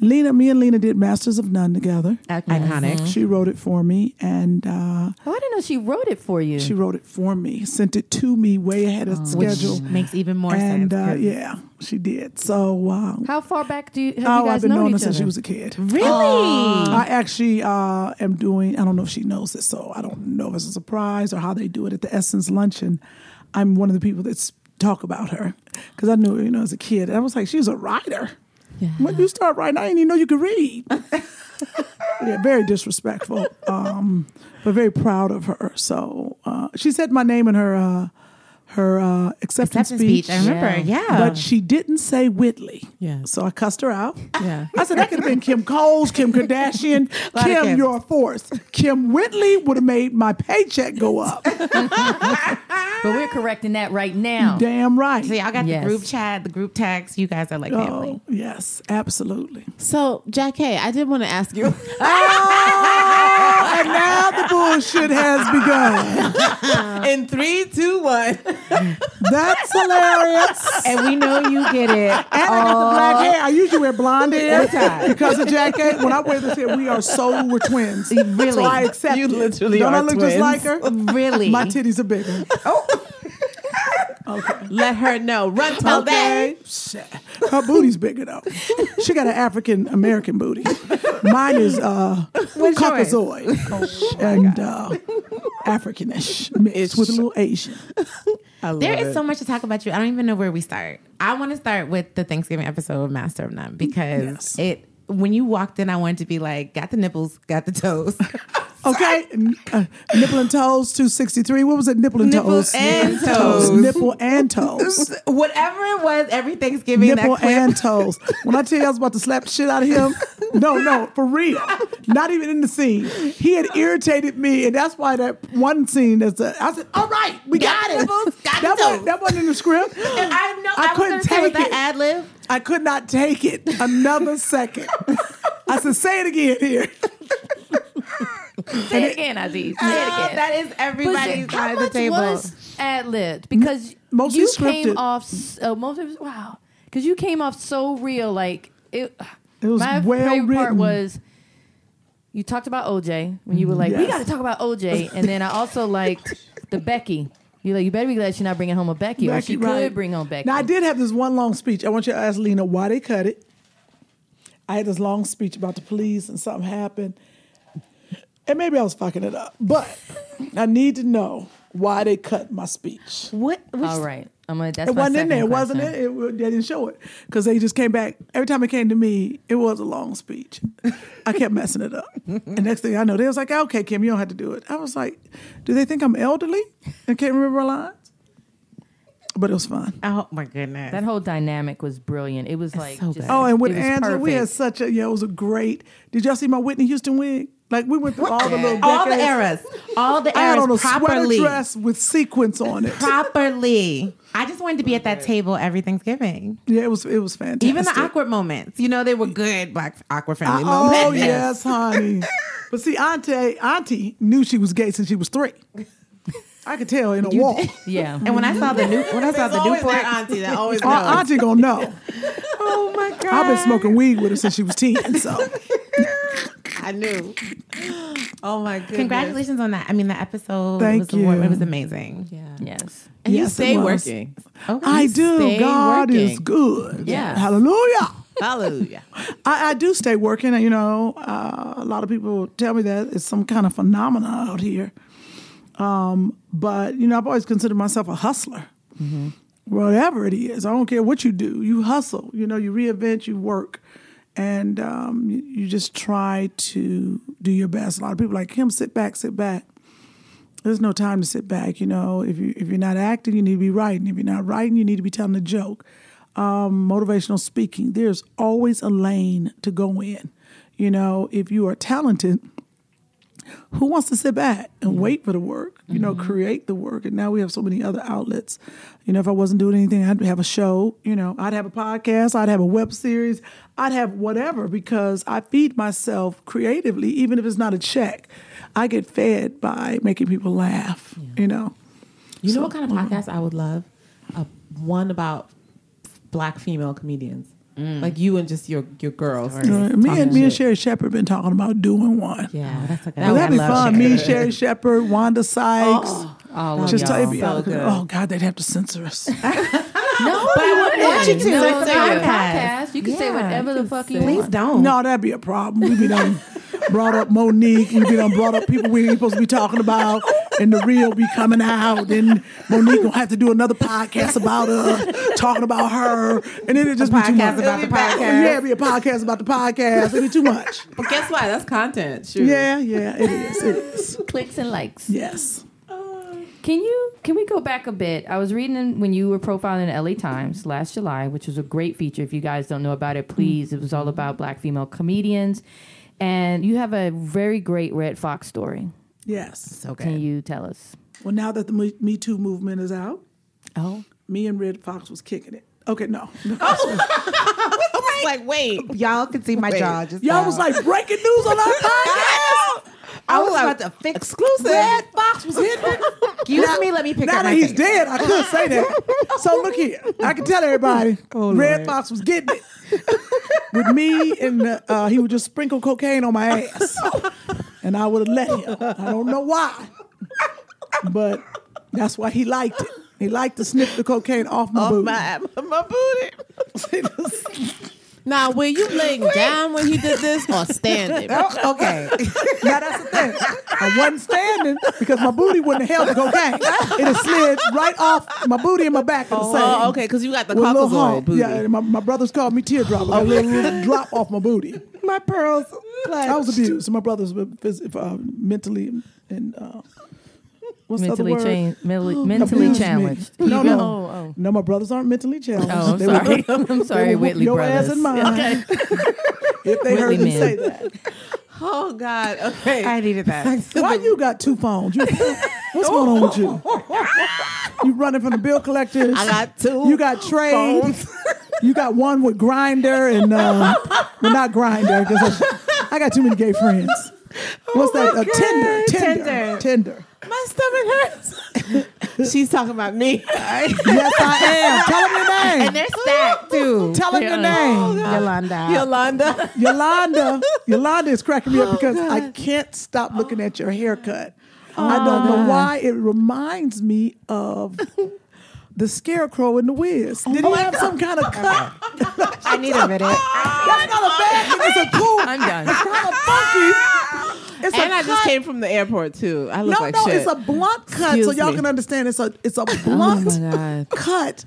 Speaker 4: Lena, me and Lena did Masters of None together.
Speaker 3: Iconic.
Speaker 4: She wrote it for me and uh,
Speaker 1: Oh, I didn't know she wrote it for you.
Speaker 5: Mm-hmm.
Speaker 4: she wrote it for me, sent it to me way ahead of schedule.
Speaker 5: Makes even Oh, more
Speaker 4: and
Speaker 5: sense.
Speaker 4: uh,
Speaker 5: 'cause-
Speaker 4: yeah, she did. So, uh,
Speaker 1: How far back do you have
Speaker 4: oh,
Speaker 1: you guys
Speaker 4: I've been
Speaker 1: known
Speaker 4: knowing her
Speaker 1: each
Speaker 4: since she
Speaker 1: other?
Speaker 4: was a kid.
Speaker 1: really?
Speaker 4: I actually uh, am doing, I don't know if she knows this, so I don't know if it's a surprise or how they do it at the Essence Luncheon. I'm one of the people that's talk about her because I knew, you know, as a kid, I was like, she's a writer. When you start writing, I didn't even know you could read. yeah, very disrespectful, um, but very proud of her. So uh, she said my name in her uh, her uh, acceptance,
Speaker 5: Acceptance speech. I remember. Yeah.
Speaker 2: Uh-huh.
Speaker 4: but she didn't say Whitley.
Speaker 5: Yeah.
Speaker 4: So I cussed her out.
Speaker 5: Yeah.
Speaker 4: I said that could have been Kim Coles, Kim Kardashian,
Speaker 5: of
Speaker 4: Kim,
Speaker 5: Kims.
Speaker 4: you're a force. Kim Whitley would have made my paycheck go up.
Speaker 1: But we're correcting that right
Speaker 2: Oh.
Speaker 1: now.
Speaker 4: Damn right.
Speaker 5: so y'all got
Speaker 1: Yes.
Speaker 5: the group chat, the group text. You guys are like family.
Speaker 4: Oh, yes, absolutely.
Speaker 2: So, Jack, hey, I did want to ask you.
Speaker 5: Uh,
Speaker 4: and now the bullshit has begun.
Speaker 2: Uh, In three, two, one.
Speaker 4: That's hilarious.
Speaker 3: And we know you get it.
Speaker 4: And I got the black hair. I usually wear blonde hair because of jacket. When I wear this hair, we are so we're twins. Really? So I accept
Speaker 2: You
Speaker 4: it.
Speaker 2: literally
Speaker 4: Don't I
Speaker 2: are
Speaker 4: look just
Speaker 2: twins.
Speaker 4: like her?
Speaker 5: Really?
Speaker 4: My titties are bigger.
Speaker 2: Let her know. Run, tell
Speaker 4: Okay. Shit. Her booty's bigger though. She got an African American booty. Mine is uh Caucasoid
Speaker 5: Oh,
Speaker 4: and uh Africanish mixed with a little Asian.
Speaker 5: There is so much to talk about you. I don't even know where we start. I want to start with the Thanksgiving episode of Master of None because
Speaker 4: Yes.
Speaker 5: it when you walked in, I wanted to be like, got the nipples, got the toes,
Speaker 4: Okay, N- uh, nipple and toes two sixty three. What was it? Nipple and
Speaker 5: Nipple
Speaker 4: toes.
Speaker 5: and toes.
Speaker 4: Nipple and toes.
Speaker 5: whatever it was. Every Thanksgiving,
Speaker 4: Nipple
Speaker 5: that clip,
Speaker 4: and toes. When I tell you I was about to slap the shit out of him, no, no, for real. Not even in the scene. He had irritated me, and that's why that one scene. That's a, I said, all right, we got, it.
Speaker 5: nipples, got
Speaker 4: that,
Speaker 5: the
Speaker 4: wasn't,
Speaker 5: toes.
Speaker 4: that wasn't in the script.
Speaker 5: And I know
Speaker 4: I
Speaker 5: I,
Speaker 4: couldn't
Speaker 5: was gonna say, was
Speaker 4: take
Speaker 5: that
Speaker 4: it.
Speaker 5: ad lib.
Speaker 4: I could not take it another second. I said, say it again here.
Speaker 1: Say it again, Aziz. Say it again.
Speaker 5: That is everybody's
Speaker 1: But how
Speaker 5: side of the
Speaker 1: much
Speaker 5: table.
Speaker 1: was ad libbed? Because
Speaker 4: mostly
Speaker 1: you
Speaker 4: scripted.
Speaker 1: came off s- uh, most of wow. Because you came off so real, like it.
Speaker 4: It was
Speaker 1: my
Speaker 4: well
Speaker 1: favorite part
Speaker 4: written.
Speaker 1: was you talked about OJ when you were like, we
Speaker 4: Yes.
Speaker 1: got to talk about OJ, and then I also liked the Becky. You like, you better be glad she's not bringing home a Becky, or she
Speaker 4: Becky, right.
Speaker 1: could bring on Becky.
Speaker 4: Now I did have this one long speech. I want you to ask Lena why they cut it. I had this long speech about the police and something happened. And maybe I was fucking it up. But I need to know why they cut my speech.
Speaker 5: What? Which,
Speaker 1: All right, I'm gonna. That's
Speaker 4: It
Speaker 1: my
Speaker 4: wasn't
Speaker 1: second
Speaker 4: in there,
Speaker 1: question.
Speaker 4: wasn't it? it? wa- They didn't show it because they just came back. Every time it came to me, it was a long speech. I kept messing it up. And next thing I know, they was like, "Okay, Kim, you don't have to do it." I was like, "Do they think I'm elderly and can't remember my lines?" But it was fun.
Speaker 5: Oh my goodness.
Speaker 1: That whole dynamic was brilliant. It was like,
Speaker 5: so
Speaker 1: just,
Speaker 5: good.
Speaker 4: Oh, and with
Speaker 1: it was
Speaker 4: Angela, we had
Speaker 1: perfect.
Speaker 4: such a yeah. It was a great. Did y'all see my Whitney Houston wig? Like we went through all the little
Speaker 5: all the
Speaker 4: decades.
Speaker 5: eras, all the
Speaker 4: I had on a
Speaker 5: eras
Speaker 4: sweater
Speaker 5: properly,
Speaker 4: dress with sequins on it.
Speaker 5: properly. I just wanted to be at that table every Thanksgiving.
Speaker 4: Yeah, it was it was fantastic.
Speaker 5: Even the awkward moments, you know, they were good black awkward family moments.
Speaker 4: Oh yes, honey. But see, Auntie Auntie knew she was gay since she was three. I could tell in a walk.
Speaker 1: yeah.
Speaker 5: And when I saw the new, when I saw the new
Speaker 2: always
Speaker 4: uh,
Speaker 2: that auntie that always knows.
Speaker 4: Our auntie gonna know.
Speaker 5: oh my god,
Speaker 4: I've been smoking weed with her since she was ten. So
Speaker 2: I knew. Oh my goodness.
Speaker 5: Congratulations on that. I mean, the episode
Speaker 4: Thank
Speaker 5: was award-
Speaker 4: you.
Speaker 5: it was amazing. Yeah.
Speaker 1: yes.
Speaker 2: And you
Speaker 4: Yes, it
Speaker 2: stay
Speaker 4: was.
Speaker 2: working.
Speaker 5: Oh,
Speaker 4: I do.
Speaker 2: stay
Speaker 4: God is
Speaker 2: working.
Speaker 4: good.
Speaker 1: Yes.
Speaker 4: Hallelujah.
Speaker 2: Hallelujah.
Speaker 4: I, I do stay working. You know, uh, a lot of people tell me that it's some kind of phenomena out here. Um, but you know, I've always considered myself a hustler. Whatever it is, I don't care what you do. You hustle. You know, you reinvent. You work, and um, you, you just try to do your best. A lot of people like him. Sit back. Sit back. There's no time to sit back. You know, if you if you're not acting, you need to be writing. If you're not writing, you need to be telling a joke. Um, motivational speaking. There's always a lane to go in. You know, if you are talented, who wants to sit back and wait for the work? You know, create the work. And now we have so many other outlets. You know, if I wasn't doing anything, I'd have a show. You know, I'd have a podcast. I'd have a web series. I'd have whatever because I feed myself creatively, even if it's not a check. I get fed by making people laugh. You know.
Speaker 2: You know what kind of podcast I would love? A, one about black female comedians, like you and just your your girls.
Speaker 4: You know, me and me and Sherry Shepard been talking about doing one.
Speaker 2: Oh,
Speaker 5: Yeah, that's like
Speaker 4: Well,
Speaker 5: that.
Speaker 4: that'd be
Speaker 5: would love
Speaker 4: fun.
Speaker 5: shit.
Speaker 4: Me, Sherry Shepard, Wanda Sykes.
Speaker 1: All of
Speaker 4: Just
Speaker 1: y'all.
Speaker 4: type it
Speaker 2: So
Speaker 4: out.
Speaker 2: good.
Speaker 4: Oh God, they'd have to censor us.
Speaker 1: No, but I wouldn't
Speaker 5: want you to.
Speaker 1: Oh, No,
Speaker 5: It's a
Speaker 1: not a
Speaker 5: podcast.
Speaker 1: podcast. You can say
Speaker 5: Yeah,
Speaker 1: whatever
Speaker 5: you
Speaker 1: the
Speaker 5: can
Speaker 1: fuck
Speaker 5: say-
Speaker 1: you
Speaker 5: Please
Speaker 1: want.
Speaker 5: don't.
Speaker 4: No, that'd be a problem. We'd be done brought up Monique. We'd be done brought up people we ain't supposed to be talking about, and the real be coming out. And Monique gonna have to do another podcast about her, talking about her, and then it just be too
Speaker 5: podcast
Speaker 4: much.
Speaker 5: about the
Speaker 4: It'd be bad.
Speaker 5: podcast.
Speaker 4: Yeah, it'd be a podcast about the podcast. It'd be too much.
Speaker 2: But guess what? That's content. Shoot.
Speaker 4: Yeah, yeah, it is. It is.
Speaker 1: Clicks and likes.
Speaker 4: Yes.
Speaker 1: Can you can we go back a bit? I was reading in- when you were profiling in LA Times last July, which was a great feature. If you guys don't know about it, please. It was all about black female comedians. And you have a very great Red Fox story.
Speaker 4: Yes.
Speaker 5: So
Speaker 1: Can
Speaker 5: good.
Speaker 1: you tell us?
Speaker 4: Well, now that the Me- Me Too movement is out,
Speaker 1: Oh.
Speaker 4: me and Red Fox was kicking it. Okay, no.
Speaker 5: Oh,
Speaker 2: Like wait,
Speaker 3: Y'all can see my jaw. Just
Speaker 4: Y'all was like breaking news on our podcast.
Speaker 3: I was about to fix exclusive.
Speaker 4: Red Fox was hitting.
Speaker 3: Excuse me, let me pick
Speaker 4: Now
Speaker 3: up
Speaker 4: that
Speaker 3: my
Speaker 4: he's
Speaker 3: face.
Speaker 4: dead, I could say that. So look here, I can tell everybody.
Speaker 3: Oh,
Speaker 4: Red Fox was getting it with me, and uh, uh, he would just sprinkle cocaine on my ass, and I would have let him. I don't know why, but that's why he liked it. He liked to sniff the cocaine off my booty.
Speaker 2: my my booty. now, were you laying down when he did this or standing?
Speaker 3: Okay.
Speaker 4: Now that's the thing. I wasn't standing because my booty wouldn't have held the cocaine. It had slid right off my booty and my back at the same.
Speaker 2: Oh, okay, because you got the
Speaker 4: With a little hump.
Speaker 2: cockazoid booty. Oh,
Speaker 4: Yeah, and my, my brothers called me teardrop. I got a little, little drop off my booty.
Speaker 3: my pearls.
Speaker 4: I was abused. My brothers were phys- uh, mentally and uh, what's
Speaker 1: Mentally
Speaker 4: the other word?
Speaker 1: changed mentally, mentally
Speaker 4: Abused me.
Speaker 1: challenged.
Speaker 4: No,
Speaker 1: You-
Speaker 4: no,
Speaker 1: Oh, oh.
Speaker 4: no. My brothers aren't mentally challenged.
Speaker 1: Oh, I'm
Speaker 4: They would
Speaker 1: sorry.
Speaker 4: whoop-
Speaker 1: I'm
Speaker 4: they
Speaker 1: sorry,
Speaker 4: would whoop
Speaker 1: Whitley
Speaker 4: your
Speaker 1: brothers.
Speaker 4: ass and mine
Speaker 1: Okay.
Speaker 4: if they
Speaker 1: Whitley
Speaker 4: heard me
Speaker 1: men.
Speaker 4: say that.
Speaker 2: Oh God. Okay.
Speaker 3: I needed that.
Speaker 4: Why you got two phones? You, what's going on with you? You running from the bill collectors?
Speaker 2: I got two.
Speaker 4: You got trade. You got one with grinder and uh, well, not grinder. I, I got too many gay friends. What's that? Uh, Tinder, Tinder, Tinder,
Speaker 2: Oh Tinder. My stomach hurts. She's talking about me.
Speaker 4: Yes, I am. Tell him your name.
Speaker 5: They're stacked too.
Speaker 4: Tell him your name.
Speaker 5: Yolanda.
Speaker 2: Oh, Yolanda.
Speaker 4: Yolanda. Yolanda is cracking me
Speaker 2: Oh,
Speaker 4: up because I can't stop looking at your haircut.
Speaker 2: Oh,
Speaker 4: I don't know why it reminds me of the scarecrow in the Wiz.
Speaker 2: Oh,
Speaker 4: Did he have some kind of cut?
Speaker 3: I need a minute.
Speaker 4: That's not a bad thing. It's a cool.
Speaker 1: I'm done.
Speaker 4: It's kind of funky. It's
Speaker 2: And
Speaker 4: a
Speaker 2: I
Speaker 4: cut.
Speaker 2: just came from the airport too. I look
Speaker 4: no,
Speaker 2: like
Speaker 4: no,
Speaker 2: shit.
Speaker 4: it's a blunt cut, so
Speaker 2: Excuse
Speaker 4: y'all
Speaker 2: me. Oh,
Speaker 4: can understand. It's a it's a blunt
Speaker 2: God.
Speaker 4: cut,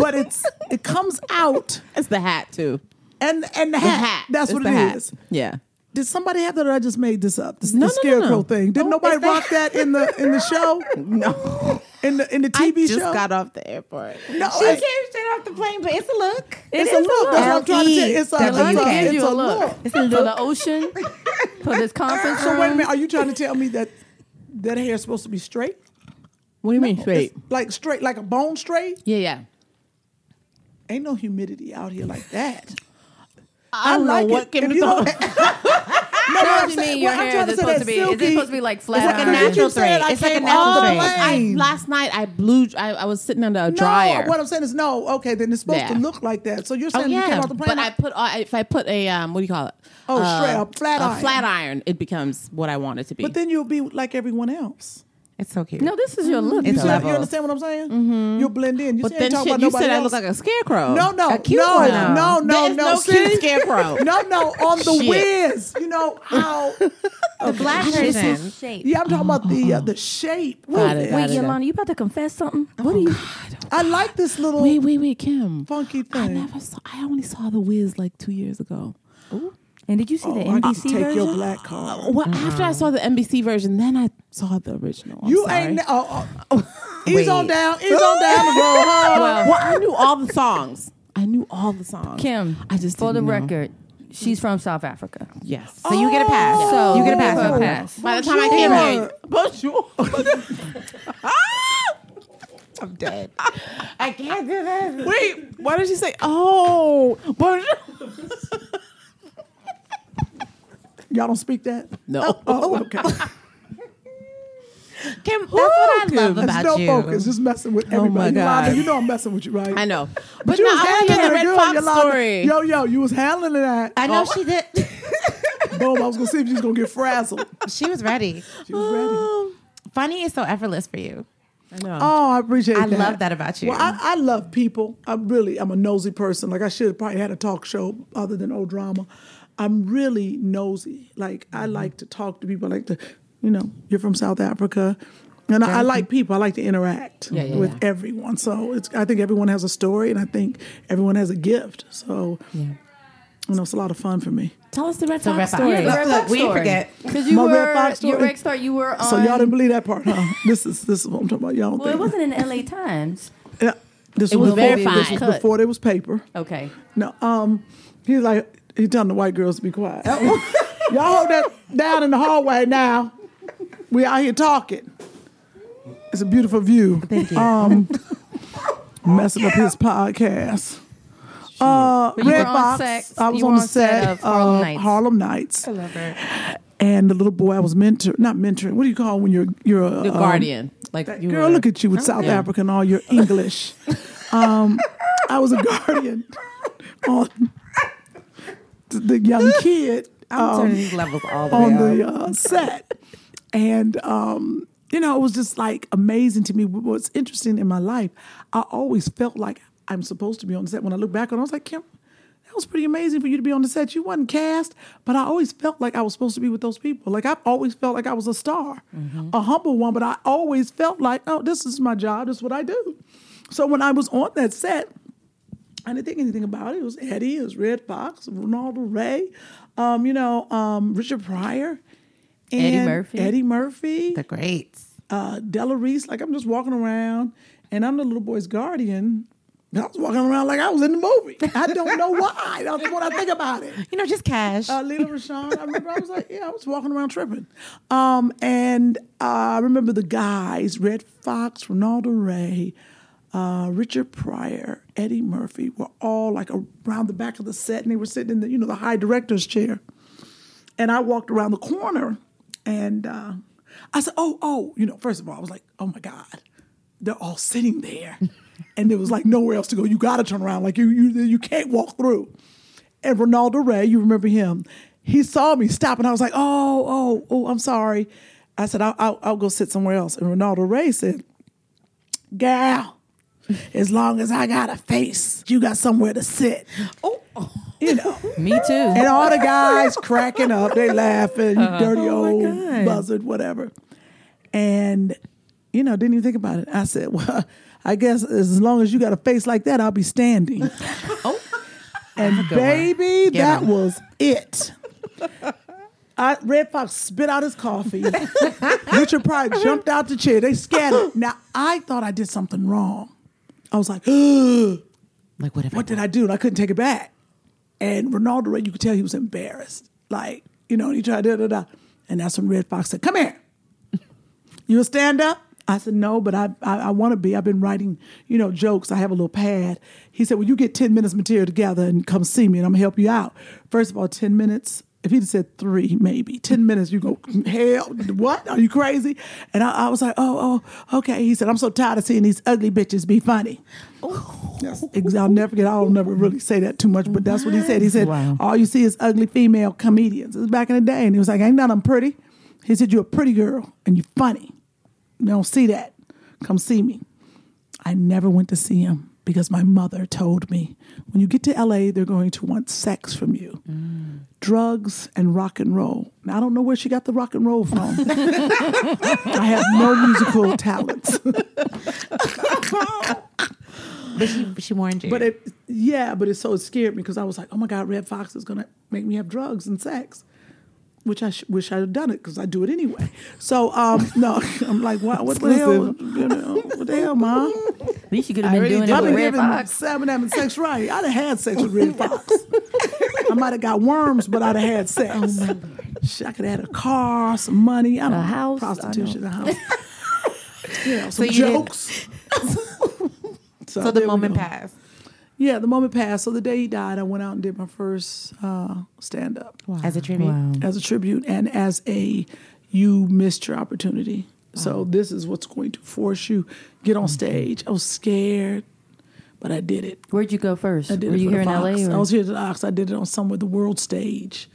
Speaker 4: but it's it comes out
Speaker 2: It's the hat too.
Speaker 4: and and the
Speaker 2: The
Speaker 4: hat.
Speaker 2: hat.
Speaker 4: That's
Speaker 2: It's
Speaker 4: what
Speaker 2: the
Speaker 4: it is.
Speaker 2: hat. Yeah.
Speaker 4: Did somebody have that? or I just made this up. This,
Speaker 2: No, no,
Speaker 4: the
Speaker 2: no,
Speaker 4: scarecrow
Speaker 2: no.
Speaker 4: thing. Didn't nobody rock that in the in the show?
Speaker 2: No.
Speaker 4: In the in the
Speaker 2: I
Speaker 4: TV
Speaker 2: just
Speaker 4: show.
Speaker 2: got off the airport.
Speaker 4: no,
Speaker 3: She came
Speaker 4: it's,
Speaker 3: straight off the plane, but it's a look.
Speaker 4: it's a look. That's what I'm trying to tell you. It's a, it's
Speaker 1: That's
Speaker 4: a,
Speaker 1: what you
Speaker 4: it's
Speaker 1: gives you
Speaker 4: a
Speaker 1: a look.
Speaker 4: look. Uh,
Speaker 1: For the ocean, for this conference
Speaker 4: So wait a minute.
Speaker 1: room.
Speaker 4: Are you trying to tell me that that hair is supposed to be straight?
Speaker 2: What do you mean
Speaker 4: It's like straight, like a bone straight.
Speaker 1: Yeah, yeah.
Speaker 4: Ain't no humidity out here like that.
Speaker 2: I don't know what came
Speaker 4: If
Speaker 2: to
Speaker 4: you
Speaker 2: thought.
Speaker 4: don't- No, no,
Speaker 1: What
Speaker 4: I'm
Speaker 1: do you
Speaker 4: saying-
Speaker 1: mean your
Speaker 4: well, I'm
Speaker 1: hair
Speaker 4: trying
Speaker 1: is
Speaker 4: to say
Speaker 1: supposed
Speaker 4: that
Speaker 1: to be? Is it
Speaker 4: silky-
Speaker 1: supposed to be like flat?
Speaker 4: It's like a
Speaker 1: iron?
Speaker 4: natural
Speaker 2: natural
Speaker 4: thread.
Speaker 2: thread.
Speaker 4: I
Speaker 2: It's like a
Speaker 4: came
Speaker 2: natural
Speaker 4: all
Speaker 2: thread. I,
Speaker 4: plain.
Speaker 2: last night I blew. I, I was sitting under a dryer.
Speaker 4: No, what I'm saying is no. Okay, then it's supposed
Speaker 2: Yeah.
Speaker 4: to look like that. So you're
Speaker 2: Oh
Speaker 4: saying you
Speaker 2: yeah,
Speaker 4: came off the plane.
Speaker 2: but I put all- if I put a um, what do you call it? Uh,
Speaker 4: Oh, straight- a flat iron.
Speaker 2: flat iron. It becomes what I want it to be.
Speaker 4: But then you'll be like everyone else.
Speaker 5: It's so cute.
Speaker 1: No, this is your look.
Speaker 4: You,
Speaker 5: It's
Speaker 1: though.
Speaker 4: see-
Speaker 5: level.
Speaker 4: you understand what I'm saying? Mm-hmm. You'll blend in. You
Speaker 2: But
Speaker 4: see, I
Speaker 2: then
Speaker 4: ain't talking
Speaker 2: shit,
Speaker 4: about
Speaker 2: you said
Speaker 4: nobody
Speaker 2: I look
Speaker 4: else.
Speaker 2: like a scarecrow.
Speaker 4: no, no,
Speaker 2: a cute
Speaker 4: no,
Speaker 2: one.
Speaker 4: no, no,
Speaker 2: There's no,
Speaker 4: see?
Speaker 2: cute scarecrow.
Speaker 4: No, no, on the
Speaker 2: Shit.
Speaker 4: whiz. You know how?
Speaker 5: black person.
Speaker 4: Yeah, I'm talking about the uh, the shape.
Speaker 2: Got
Speaker 4: of
Speaker 2: it,
Speaker 4: it.
Speaker 2: got it.
Speaker 1: Wait, Yolanda, you about to confess something?
Speaker 4: Oh,
Speaker 1: What are you?
Speaker 4: I like this little
Speaker 2: Wait, wait, wait, Kim.
Speaker 4: funky thing.
Speaker 2: I never saw. I only saw The Wiz like two years ago.
Speaker 1: And did you see the
Speaker 4: Oh, I can
Speaker 1: NBC
Speaker 4: take your
Speaker 1: version?
Speaker 4: black card.
Speaker 2: Well, after I saw the NBC version, then I saw the original. I'm
Speaker 4: You
Speaker 2: sorry.
Speaker 4: ain't. ne- Oh, oh. Ease on
Speaker 2: Wait.
Speaker 4: down. Ease on down the road.
Speaker 2: well, I knew all the songs. I knew all the songs.
Speaker 1: Kim,
Speaker 2: I just
Speaker 1: for the
Speaker 2: didn't know.
Speaker 1: record, she's from South Africa.
Speaker 2: Yes.
Speaker 5: So you get a pass.
Speaker 1: So
Speaker 5: you get a pass.
Speaker 1: give her a
Speaker 5: Yolanda.
Speaker 1: pass.
Speaker 2: By the time I came here, bonjour. I'm dead.
Speaker 3: I can't do this.
Speaker 2: Wait, why did she say? Oh, bonjour.
Speaker 4: Y'all don't speak that?
Speaker 2: No.
Speaker 4: Oh, okay.
Speaker 5: Kim, that's what I
Speaker 4: Woo,
Speaker 5: love
Speaker 4: Kim.
Speaker 5: about
Speaker 4: It's
Speaker 5: you.
Speaker 4: no focus. Just messing with everybody.
Speaker 2: Oh my
Speaker 4: Yolanda,
Speaker 2: God.
Speaker 4: you know I'm messing with you, right?
Speaker 2: I know. But,
Speaker 4: you
Speaker 2: no,
Speaker 4: was
Speaker 2: I want to hear the
Speaker 4: handling
Speaker 2: Red
Speaker 4: it, girl,
Speaker 2: Fox
Speaker 4: Yolanda.
Speaker 2: story. Oh.
Speaker 4: Yo, yo, you was handling that. Oh,
Speaker 5: I know she did.
Speaker 4: Boom, I was going to see if you was going to get frazzled.
Speaker 5: she was ready.
Speaker 4: She was ready.
Speaker 5: Funny is so effortless for you.
Speaker 4: Oh, I appreciate
Speaker 5: I
Speaker 4: that.
Speaker 5: love that about you.
Speaker 4: Well, I, I love people. I'm really, I'm a nosy person. Like I should have probably had a talk show other than old drama. I'm really nosy. Like
Speaker 1: Mm-hmm.
Speaker 4: I like to talk to people. I like to, you know, you're from South Africa, and I, I like people. I like to interact
Speaker 1: yeah,
Speaker 4: with
Speaker 1: yeah.
Speaker 4: everyone. So it's. I think everyone has a story, and I think everyone has a gift. So, you know, it's a lot of fun for me.
Speaker 2: Tell us the Red
Speaker 5: Red
Speaker 2: Fox
Speaker 5: Fox.
Speaker 2: story.
Speaker 5: Yeah,
Speaker 1: Red Fox
Speaker 3: we
Speaker 1: story.
Speaker 3: forget.
Speaker 1: Because you
Speaker 4: My
Speaker 1: were
Speaker 4: Red Fox
Speaker 1: your
Speaker 4: story.
Speaker 1: Red Star. You were on.
Speaker 4: So y'all didn't believe that part, huh? this is this is what I'm talking about. Y'all don't
Speaker 1: Well, it
Speaker 4: think.
Speaker 1: wasn't in L.A. Times.
Speaker 4: Yeah. This
Speaker 5: was
Speaker 4: before- this
Speaker 5: verified.
Speaker 4: was before there was paper.
Speaker 1: Okay.
Speaker 4: No, um, he's like he's telling the white girls to be quiet. Y'all hold that down in the hallway now. We out here talking. It's a beautiful view. Thank you. Um, messing up his podcast. Uh,
Speaker 1: you
Speaker 4: Red
Speaker 1: were on
Speaker 4: Fox.
Speaker 1: sex-
Speaker 4: I was
Speaker 1: you
Speaker 4: on
Speaker 1: were
Speaker 4: the set, of Harlem Nights. I love her. And the little boy I was mentor, not mentoring. What do you call when you're you're a
Speaker 2: The
Speaker 4: um,
Speaker 2: Guardian. Like
Speaker 4: that
Speaker 2: you
Speaker 4: girl,
Speaker 2: were-
Speaker 4: look at you with South Africa and all your English. um, I was a guardian on the young kid
Speaker 5: I'm turning these levels all the
Speaker 4: on
Speaker 5: way
Speaker 4: the uh, set. And, um, you know, it was just like amazing to me. What's interesting in my life, I always felt like I'm supposed to be on the set. When I look back on it, I was like, Kim, that was pretty amazing for you to be on the set. You wasn't cast, but I always felt like I was supposed to be with those people. Like I've always felt like I was a star,
Speaker 5: Mm-hmm.
Speaker 4: a humble one, but I always felt like, oh, this is my job. This is what I do. So when I was on that set, I didn't think anything about it. It was Eddie, it was Red Fox, Ronaldo Ray, um, you know, um, Richard Pryor,
Speaker 1: Eddie
Speaker 4: and
Speaker 1: Murphy.
Speaker 4: Eddie Murphy,
Speaker 5: The greats.
Speaker 4: uh, Della Reese. Like I'm just walking around, and I'm the little boy's guardian. I was walking around like I was in the movie. I don't know why. That's what I think about it.
Speaker 5: You know, just cash.
Speaker 2: Oh.
Speaker 4: Uh, Lena Rashawn. I remember I was like, yeah, I was walking around tripping. Um, and uh, I remember the guys: Red Fox, Ronaldo Ray, uh, Richard Pryor, Eddie Murphy were all like around the back of the set, and they were sitting in the you know the high director's chair. And I walked around the corner, and uh, I said, oh, oh, you know, first of all, I was like, oh my god, they're all sitting there. And there was like nowhere else to go. You got to turn around. Like you, you, you can't walk through and Ronaldo Ray, you remember him, he saw me stop and I was like, oh, oh, oh, I'm sorry. I said, I'll, I'll, I'll go sit somewhere else. And Ronaldo Ray said, gal, as long as I got a face, you got somewhere to sit. Oh, you know.
Speaker 1: Me too.
Speaker 4: And all the guys cracking up, they laughing, you dirty old buzzard, whatever. And, you know, didn't even think about it. I said, well, I guess as long as you got a face like that, I'll be standing. And baby, that was it. I, Red Fox spit out his coffee. Richard Pryor jumped out the chair. They scattered. Now I thought I did something wrong. I was like,
Speaker 5: Like, whatever.
Speaker 4: what did I do? And I couldn't take it back. And Ronaldo Ray, you could tell he was embarrassed. Like, you know, and he tried da da da. And that's when Red Fox said, Come here. You a stand up? I said, No, but I I, I want to be. I've been writing, you know, jokes. I have a little pad. He said, Well, you get 10 minutes material together and come see me and I'm gonna help you out. First of all, 10 minutes. If he'd said three, maybe 10 minutes, you go, hell, what? Are you crazy? And I, I was like, oh, oh, okay. He said, I'm so tired of seeing these ugly bitches be funny. Yes. Ex- I'll never forget. I'll never really say that too much, but that's what he said. He said, "All you see is ugly female comedians." It was back in the day, and he was like, "Ain't that I'm pretty?" He said, "You're a pretty girl, and you're funny. You don't see that. Come see me." I never went to see him because my mother told me, "When you get to L.A., they're going to want sex from you." Drugs and rock and roll. Now, I don't know where she got the rock and roll from. I have no musical talents.
Speaker 5: But she, she warned you.
Speaker 4: But it, yeah, but it so it scared me because I was like, oh my god, Red Fox is gonna make me have drugs and sex, which I sh- wish I had done it because I do it anyway. So um, no, I'm like, what, what the hell, you know, what the hell, mom?
Speaker 1: At least you could have been doing it
Speaker 4: I've
Speaker 1: with
Speaker 4: been
Speaker 1: Red
Speaker 4: giving
Speaker 1: Fox.
Speaker 4: Salmon having sex right. I'd have had sex with Red Fox. I might have got worms, but I'd have had sex.
Speaker 1: Oh,
Speaker 4: Shit, I could have had a car, some money, I don't know,
Speaker 1: house, I know.
Speaker 4: prostitution, a house. yeah, some
Speaker 5: you didn't-
Speaker 4: jokes.
Speaker 5: so
Speaker 4: there
Speaker 5: the
Speaker 4: we
Speaker 5: moment
Speaker 4: go.
Speaker 5: passed.
Speaker 4: Yeah, the moment passed. So the day he died, I went out and did my first uh, stand up
Speaker 5: As a tribute.
Speaker 4: as a tribute and as a you missed your opportunity. So this is what's going to force you get
Speaker 1: Mm-hmm.
Speaker 4: on stage. I was scared, but I did it.
Speaker 1: Where'd you go first?
Speaker 4: I did
Speaker 1: Were
Speaker 4: it
Speaker 1: you
Speaker 4: for
Speaker 1: here in
Speaker 4: the
Speaker 1: LA?
Speaker 4: Fox. I
Speaker 1: or-
Speaker 4: was here at the Ox. I did it on somewhere the world stage,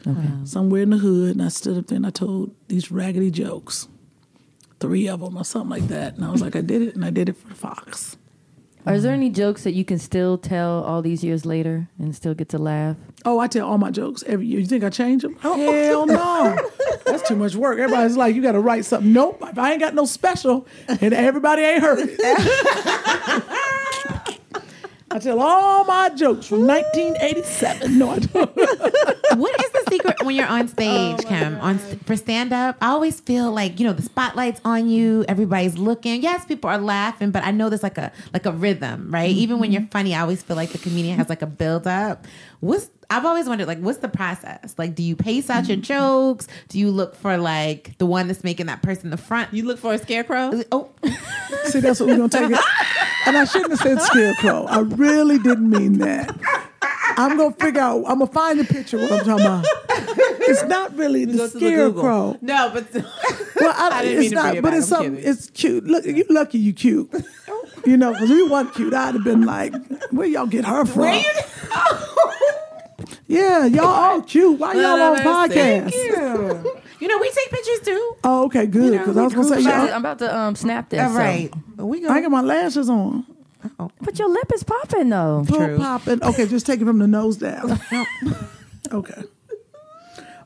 Speaker 4: somewhere in the hood, and I stood up there and I told these raggedy jokes, three of them or something like that. And I was like, I did it, and I did it for the Fox.
Speaker 1: Are there any jokes that you can still tell all these years later and still get to laugh?
Speaker 4: Oh, I tell all my jokes every year. You think I change them?
Speaker 2: Oh.
Speaker 4: Hell no. That's too much work. Everybody's like, you got to write something. Nope. If I ain't got no special, and everybody ain't heard it. I tell all my jokes from 1987. No, I don't.
Speaker 5: what is the secret when you're on
Speaker 2: Oh
Speaker 5: stage, Kim? On st- for stand up, I always feel like you know the spotlight's on you. Everybody's looking. Yes, people are laughing, but I know there's like a like a rhythm, right? Even when you're
Speaker 2: Mm-hmm.
Speaker 5: funny, I always feel like the comedian has like a build up. What's I've always wondered, like, what's the process? Like, do you pace out your
Speaker 2: Mm-hmm.
Speaker 5: jokes? Do you look for like the one that's making that person the front?
Speaker 2: You look for a scarecrow?
Speaker 5: oh,
Speaker 4: See, that's what we're gonna take it. And I shouldn't have said scarecrow. I really didn't mean that. I'm gonna figure out. I'm gonna find the picture. What I'm talking about. It's not really the
Speaker 2: Go to the Google.
Speaker 4: scarecrow.
Speaker 2: No, but
Speaker 4: Well, I,
Speaker 2: I didn't mean
Speaker 4: it's
Speaker 2: to
Speaker 4: not,
Speaker 2: bring it
Speaker 4: but
Speaker 2: back.
Speaker 4: it's
Speaker 2: I'm
Speaker 4: something.
Speaker 2: kidding.
Speaker 4: It's cute. Look, you lucky you cute. You know, because if you weren't cute, I'd have been like, "Where y'all get her from?" yeah, y'all all cute. Why y'all
Speaker 2: mercy.
Speaker 4: on podcast?
Speaker 5: you know, we take pictures too.
Speaker 4: Oh, okay, good. Because I was gonna say,
Speaker 1: I'm
Speaker 4: y'all,
Speaker 1: about to um, snap this.
Speaker 5: All right, we
Speaker 4: I
Speaker 5: go.
Speaker 4: got my lashes on.
Speaker 1: But your lip is popping though.
Speaker 4: Toe popping. Okay, just take it from the nose down. okay.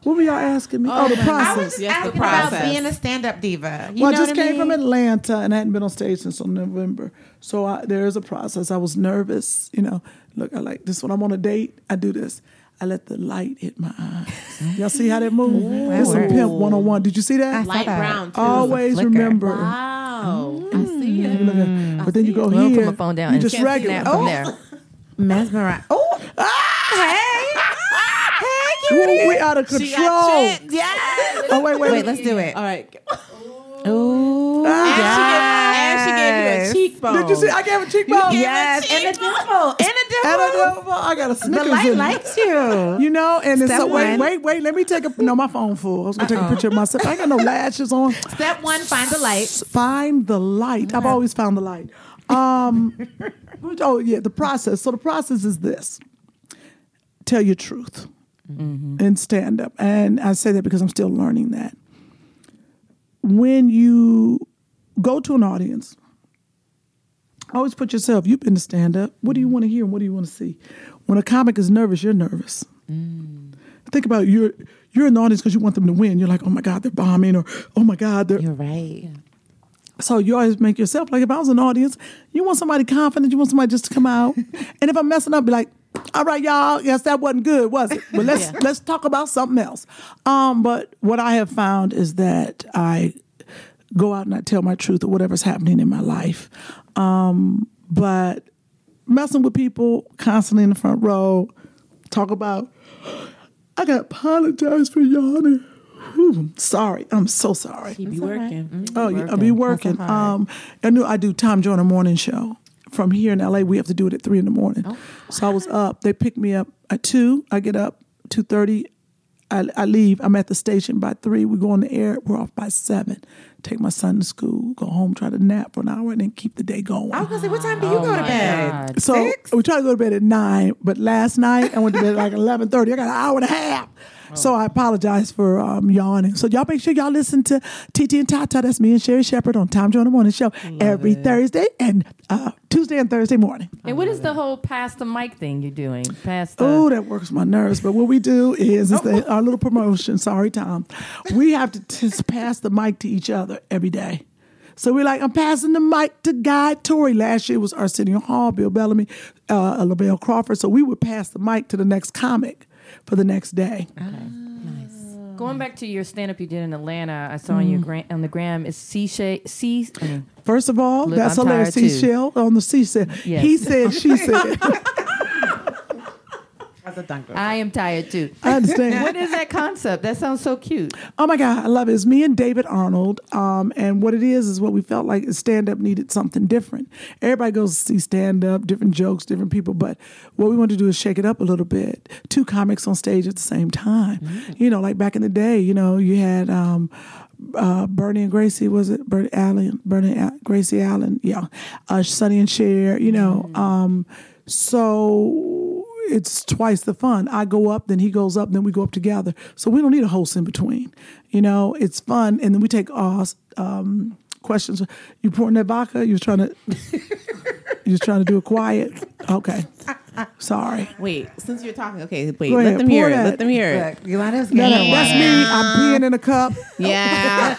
Speaker 4: What were y'all asking me? Oh, the
Speaker 5: I
Speaker 4: process.
Speaker 5: was just
Speaker 2: Yes, the
Speaker 5: asking about
Speaker 2: process.
Speaker 5: being a stand-up diva. You
Speaker 4: well, I
Speaker 5: know
Speaker 4: just
Speaker 5: what I
Speaker 4: came
Speaker 5: mean?
Speaker 4: from Atlanta and I hadn't been on stage since November. So I, there is a process. I was nervous. You know, look, I like this when I'm on a date, I do this. I let the light hit my eyes. Y'all see how that move? It's a pimp 101. Did you see that?
Speaker 5: Light brown,
Speaker 4: Always remember.
Speaker 5: Wow.
Speaker 2: Mm-hmm.
Speaker 4: You look at- but then you go
Speaker 1: I'm gonna
Speaker 4: here.
Speaker 1: put my phone down
Speaker 4: You
Speaker 1: and
Speaker 4: just
Speaker 1: snap
Speaker 4: regular. Oh,
Speaker 1: from there.
Speaker 5: Mesmerized. Oh,
Speaker 4: ah!
Speaker 5: hey.
Speaker 4: Ooh, we out of control. Oh
Speaker 5: Yes.
Speaker 4: wait, wait,
Speaker 5: Wait, let's do it.
Speaker 2: All right.
Speaker 5: Ooh.
Speaker 2: And she gave you a cheekbone.
Speaker 4: Ah! Did you see? I gave a cheekbone.
Speaker 5: Yes. And a dimple. And a
Speaker 4: And I,
Speaker 5: dimple.
Speaker 4: go, "Oh, I got a
Speaker 5: The
Speaker 4: Snickers.
Speaker 5: light
Speaker 4: in me."
Speaker 5: likes you.
Speaker 4: You know, and it's
Speaker 5: Step
Speaker 4: so wait,
Speaker 5: one. Uh-uh.
Speaker 4: wait, wait. Let me take a no. My phone full. I was gonna take a picture of myself. I ain't got no lashes on.
Speaker 5: Step one, find the light.
Speaker 4: Find the light. I've always found the light. Um, oh yeah, the process. So the process is this: tell your truth and stand up. And I say that because I'm still learning that. When you go to an audience, always put yourself. You've been to stand up. What do you want to hear and what do you want to see? When a comic is nervous, you're nervous think about it. you're you're in the audience because you want them to win. You're like, oh my god, they're bombing, or oh my god, they're
Speaker 5: You're right.
Speaker 4: so you always make yourself like if I was an audience, you want somebody confident, you want somebody just to come out, and if I'm messing up, be like, all right, y'all, yes, that wasn't good, was it? But let's let's talk about something else. Um, but what I have found is that I go out and I tell my truth or whatever's happening in my life. Um, but messing with people constantly in the front row, talk about I gotta apologize for yawning. Ooh, sorry, I'm so sorry.
Speaker 2: You working.
Speaker 4: Oh, yeah, I'll be working. Um, I knew I do Tom Joyner morning show. From here in LA, we have to do it at three in the morning.
Speaker 5: Oh.
Speaker 4: So I was up. They pick me up at two. I get up two thirty. I, I leave. I'm at the station by three. We go on the air. We're off by seven. Take my son to school. Go home. Try to nap for an hour and then keep the day going.
Speaker 5: I was going to say, what time do
Speaker 2: Oh
Speaker 5: you go to bed?
Speaker 4: So we try to go to bed at nine, but last night I went to bed at like eleven thirty. I got an hour and a half. So I apologize for um, yawning. So y'all make sure y'all listen to TT and Tata. That's me and Sherry Shepherd on Tom Joe the Morning Show every Thursday and uh, Tuesday and Thursday morning.
Speaker 1: And what is
Speaker 2: Uh-huh.
Speaker 1: the whole pass the mic thing you're doing? Pass the
Speaker 4: Oh, that works my nerves. But what we do is, is that our little promotion. Sorry, Tom. We have to just pass the mic to each other every day. So we're like, I'm passing the mic to Guy Tory. Last year was Arsenio Hall, Bill Bellamy, uh, LaBelle Crawford. So we would pass the mic to the next comic for the next day.
Speaker 1: Going back to your stand up you did in Atlanta, I saw on
Speaker 2: Mm.
Speaker 1: your gra- on the gram is C Shay C I mean,
Speaker 4: First of all,
Speaker 1: Look,
Speaker 4: that's
Speaker 1: I'm
Speaker 4: hilarious.
Speaker 1: tired, too.
Speaker 4: Seashell on the seashell.
Speaker 1: Yes.
Speaker 4: He said, she said.
Speaker 5: about the dunk.
Speaker 1: I am tired too.
Speaker 4: I understand.
Speaker 1: What is that concept? That sounds so cute.
Speaker 4: Oh my God, I love it. It's me and David Arnold. Um, and what it is is what we felt like is stand up needed something different. Everybody goes to see stand up, different jokes, different people. But what we want to do is shake it up a little bit. Two comics on stage at the same time. You know, like back in the day, you know, you had. Um, uh, Bernie and Gracie was it Bernie Allen, Bernie Al- Gracie Allen, yeah, uh, Sonny and Cher, you know. Um, so it's twice the fun. I go up, then he goes up, then we go up together. So we don't need a host in between. You know, it's fun, and then we take uh, um, questions. You pouring that vodka? You was trying to, you was trying to do it quiet. Okay, sorry.
Speaker 2: Wait, since you're talking, okay, wait.
Speaker 4: Go
Speaker 2: let
Speaker 4: ahead,
Speaker 2: them
Speaker 4: pour
Speaker 2: hear it.
Speaker 4: that.
Speaker 2: Let them hear it.
Speaker 3: You want us?
Speaker 4: No, no, that's me. I'm peeing in a cup.
Speaker 2: Yeah.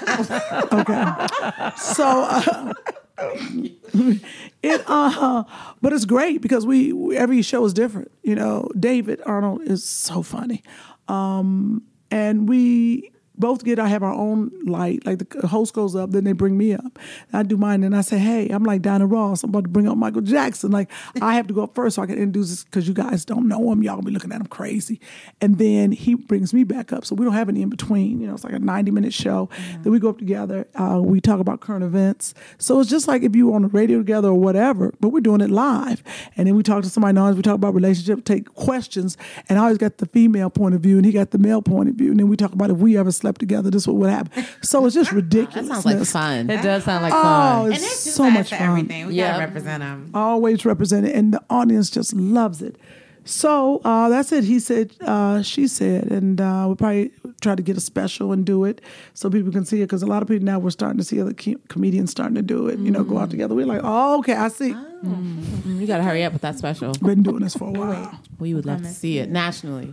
Speaker 4: okay. So uh, it uh but it's great because we every show is different. You know, David Arnold is so funny. Um and we both get I have our own light. Like the host goes up, then they bring me up. I do mine and I say, Hey, I'm like Donna Ross. I'm about to bring up Michael Jackson. Like I have to go up first so I can introduce this because you guys don't know him. Y'all be looking at him crazy. And then he brings me back up. So we don't have any in between. You know, it's like a 90 minute show.
Speaker 2: Mm-hmm.
Speaker 4: Then we go up together. Uh, we talk about current events. So it's just like if you were on the radio together or whatever, but we're doing it live. And then we talk to somebody in the audience. We talk about relationship, take questions. And I always got the female point of view and he got the male point of view. And then we talk about if we ever slept together, this what would happen. So it's just ridiculous.
Speaker 2: Sounds like fun.
Speaker 1: It does sound like
Speaker 4: Oh,
Speaker 1: fun.
Speaker 4: it's so much fun
Speaker 5: everything. We
Speaker 1: Yeah.
Speaker 5: gotta represent them.
Speaker 4: always represented, and the audience just loves it. So uh, that's it. He said, uh, she said, and uh, we'll probably try to get a special and do it so people can see it because a lot of people now we're starting to see other co- comedians starting to do it. You know,
Speaker 5: Mm.
Speaker 4: go out together. We're like, oh, okay, I see.
Speaker 5: Ah.
Speaker 2: Mm, You gotta hurry up with that special.
Speaker 4: Been doing this for a while.
Speaker 2: We would love to see it nationally.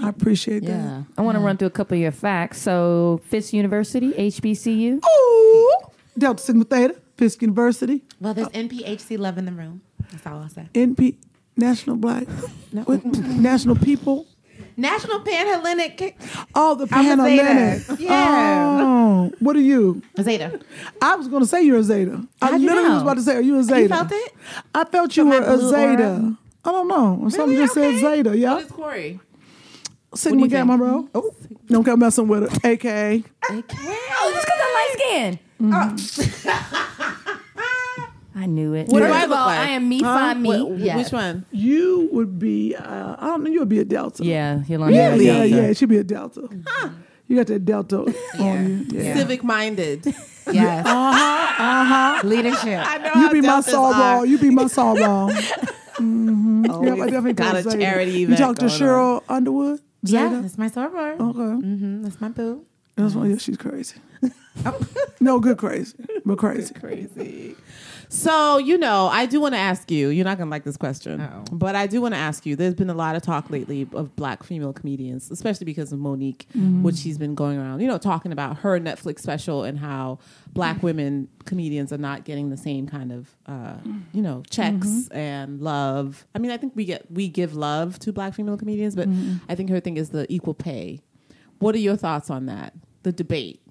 Speaker 4: I appreciate that.
Speaker 1: Yeah. I want to run through a couple of your facts. So, Fisk University, HBCU.
Speaker 4: Ooh, Delta Sigma Theta, Fisk University,
Speaker 5: Well, there's NPHC love in the room. That's all I'll say.
Speaker 4: NP National Black, with National People.
Speaker 5: National Pan Hellenic
Speaker 4: Oh, the
Speaker 5: I'm a Zeta.
Speaker 4: Panhellenic.
Speaker 5: Yeah.
Speaker 4: Oh, what are you?
Speaker 5: Zeta.
Speaker 4: I was going to say you're a Zeta. I
Speaker 1: How'd you
Speaker 4: literally
Speaker 1: know?
Speaker 4: was about to say, are you a Zeta?
Speaker 5: felt it?
Speaker 4: I felt you
Speaker 5: my
Speaker 4: were a
Speaker 5: blue
Speaker 4: Zeta.
Speaker 5: aura?
Speaker 4: I don't know. Something just
Speaker 5: Okay.
Speaker 4: said Zeta. Yeah.
Speaker 5: What is Corey?
Speaker 4: Sigma Gamma Rho. Oh. Don't come messing with it. AKA.
Speaker 1: Oh, just because I'm light skinned.
Speaker 4: Mm-hmm.
Speaker 1: Oh. I knew it.
Speaker 2: What do
Speaker 1: First
Speaker 2: I
Speaker 1: of
Speaker 2: look
Speaker 1: all,
Speaker 2: like?
Speaker 1: I am me,
Speaker 4: Huh?
Speaker 1: find me.
Speaker 2: What- wh-
Speaker 1: yeah.
Speaker 2: Which one?
Speaker 4: You would be, uh, I don't know, you would be a Delta.
Speaker 1: Yeah, Yolanda.
Speaker 4: Yeah, yeah,
Speaker 1: Delta.
Speaker 4: yeah. She'd be a Delta. You got that Delta on you. Yeah.
Speaker 2: Civic minded.
Speaker 5: Yes. Uh
Speaker 4: Uh-huh,
Speaker 5: huh. Uh huh. Leadership.
Speaker 4: You be my Saul You be my Saul Wall. mm-hmm. yeah, I definitely
Speaker 2: got
Speaker 4: call
Speaker 2: a
Speaker 4: Zeta.
Speaker 2: charity
Speaker 4: You
Speaker 2: event
Speaker 4: talked to
Speaker 2: going
Speaker 4: Cheryl Underwood?
Speaker 5: Yeah,
Speaker 4: Zeta?
Speaker 5: that's my soror.
Speaker 4: Okay.
Speaker 5: Mm, That's my boo.
Speaker 4: That's why yeah, she's crazy. no, good crazy, but crazy.
Speaker 2: Crazy. So, you know, I do want to ask you, you're not going to like this question,
Speaker 5: Uh-oh.
Speaker 2: but I do want to ask you. There's been a lot of talk lately of black female comedians, especially because of Monique, which she's been going around, you know, talking about her Netflix special and how black women comedians are not getting the same kind of, uh, you know, checks and love. I mean, I think we get we give love to black female comedians, but I think her thing is the equal pay. What are your thoughts on that? The debate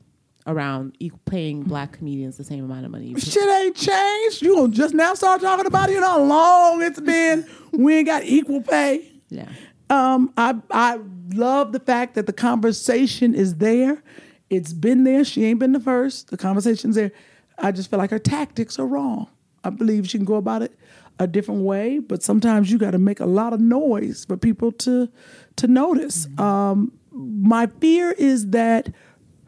Speaker 2: around equal, paying black comedians the same amount of money. you pay-
Speaker 4: Shit ain't changed. You gonna just now start talking about it? You know how long it's been. We ain't got equal pay.
Speaker 2: Yeah.
Speaker 4: Um, I I love the fact that the conversation is there. It's been there. She ain't been the first. The conversation's there. I just feel like her tactics are wrong. I believe she can go about it a different way, but sometimes you got to make a lot of noise for people to to notice. Um, my fear is that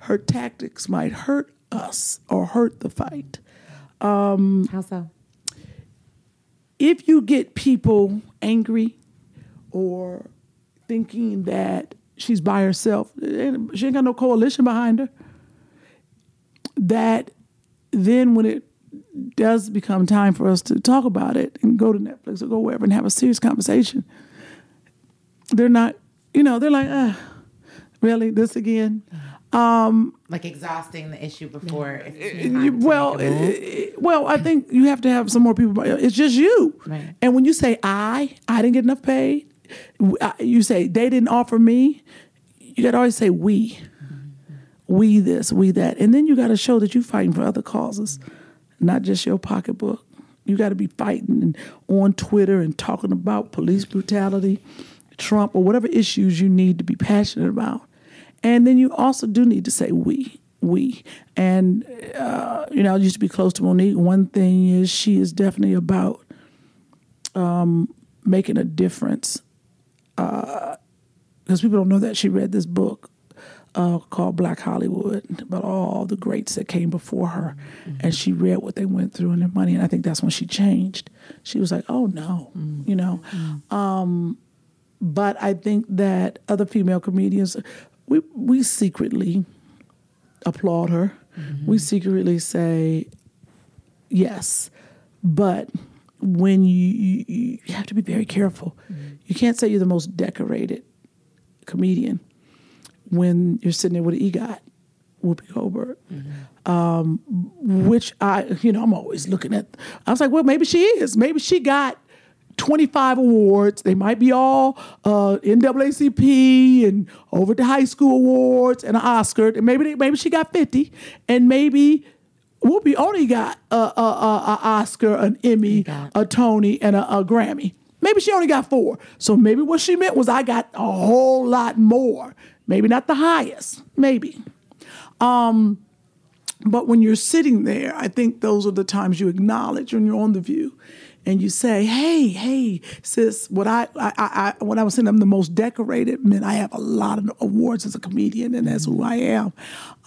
Speaker 4: her tactics might hurt us or hurt the fight.
Speaker 5: How so?
Speaker 4: if you get people angry or thinking that she's by herself, it ain't- she ain't got no coalition behind her, that then when it does become time for us to talk about it and go to Netflix or go wherever and have a serious conversation, they're not, you know, they're like, ah, really, this again?
Speaker 5: Like exhausting the issue before. it's
Speaker 4: Uh, You- well, eh, well, I think you have to have some more people. but It's just you.
Speaker 5: Right.
Speaker 4: And when you say I, I didn't get enough paid. w- I- You say they didn't offer me. You got to always say we, we this, we that, and then you got to show that you're fighting for other causes, not just your pocketbook. You got to be fighting and on Twitter and talking about police brutality, Trump, or whatever issues you need to be passionate about. And then you also do need to say we, we. And, uh, you know, I used to be close to Monique. One thing is she is definitely about um, making a difference because people don't know that she read this book uh, called Black Hollywood about all the greats that came before her, and she read what they went through and their money, and I think that's when she changed. She was like, "Oh no," you know. Um, but I think that other female comedians, we we secretly applaud her. We secretly say yes, but when you, you you have to be very careful. You can't say you're the most decorated comedian when you're sitting there with an EGOT, Whoopi Goldberg, um, which I, you know, I'm always looking at. I was like, well, maybe she is. Maybe she got 25 awards. They might be all uh, NAACP and over the high school awards and an Oscar. And maybe they, maybe she got 50, and maybe. Whoopi only got a, a, a, a Oscar, an Emmy, a Tony, and a, a Grammy. Maybe she only got four. So maybe what she meant was I got a whole lot more. Maybe not the highest. Maybe. But when you're sitting there, I think those are the times you acknowledge when you're on the view and you say, hey, hey, sis, what I, I, I, I when I was saying I'm the most decorated, man, I have a lot of awards as a comedian and that's who I am.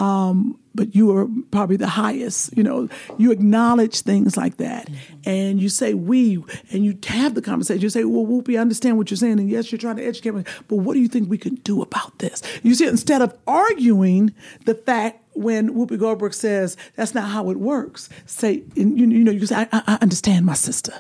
Speaker 4: Um, but you are probably the highest, you know, you acknowledge things like that and you say we, and you have the conversation. You say, well, Whoopi, I understand what you're saying. And yes, you're trying to educate me, but what do you think we can do about this? You see, instead of arguing the fact when Whoopi Goldberg says that's not how it works, say and you, you know you can say I, I I understand my sister,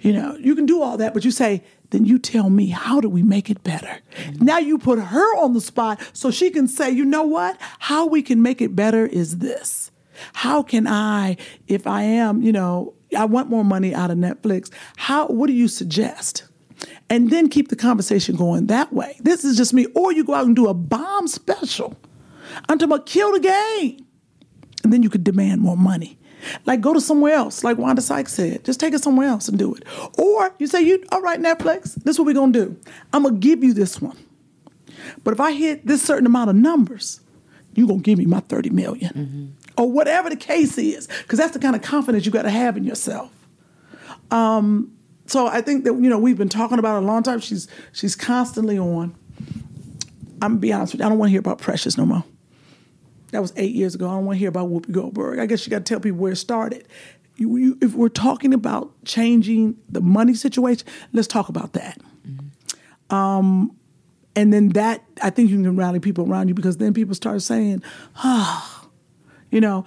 Speaker 4: you know you can do all that, but you say then you tell me how do we make it better? Now you put her on the spot so she can say you know what how we can make it better is this. How can I if I am you know I want more money out of Netflix? How what do you suggest? And then keep the conversation going that way. This is just me. Or you go out and do a bomb special. I'm talking about kill the game. And then you could demand more money. Like go to somewhere else, like Wanda Sykes said. Just take it somewhere else and do it. Or you say, you all right, Netflix, this is what we're gonna do. I'm gonna give you this one. But if I hit this certain amount of numbers, you're gonna give me my 30 million. Or whatever the case is, because that's the kind of confidence you gotta have in yourself. Um, so I think that, you know, we've been talking about it a long time. She's she's constantly on. I'm gonna be honest with you, I don't wanna hear about precious no more. That was eight years ago. I don't want to hear about Whoopi Goldberg. I guess you got to tell people where it started. You, you, if we're talking about changing the money situation, let's talk about that. Um, and then that, I think you can rally people around you because then people start saying, oh, you know,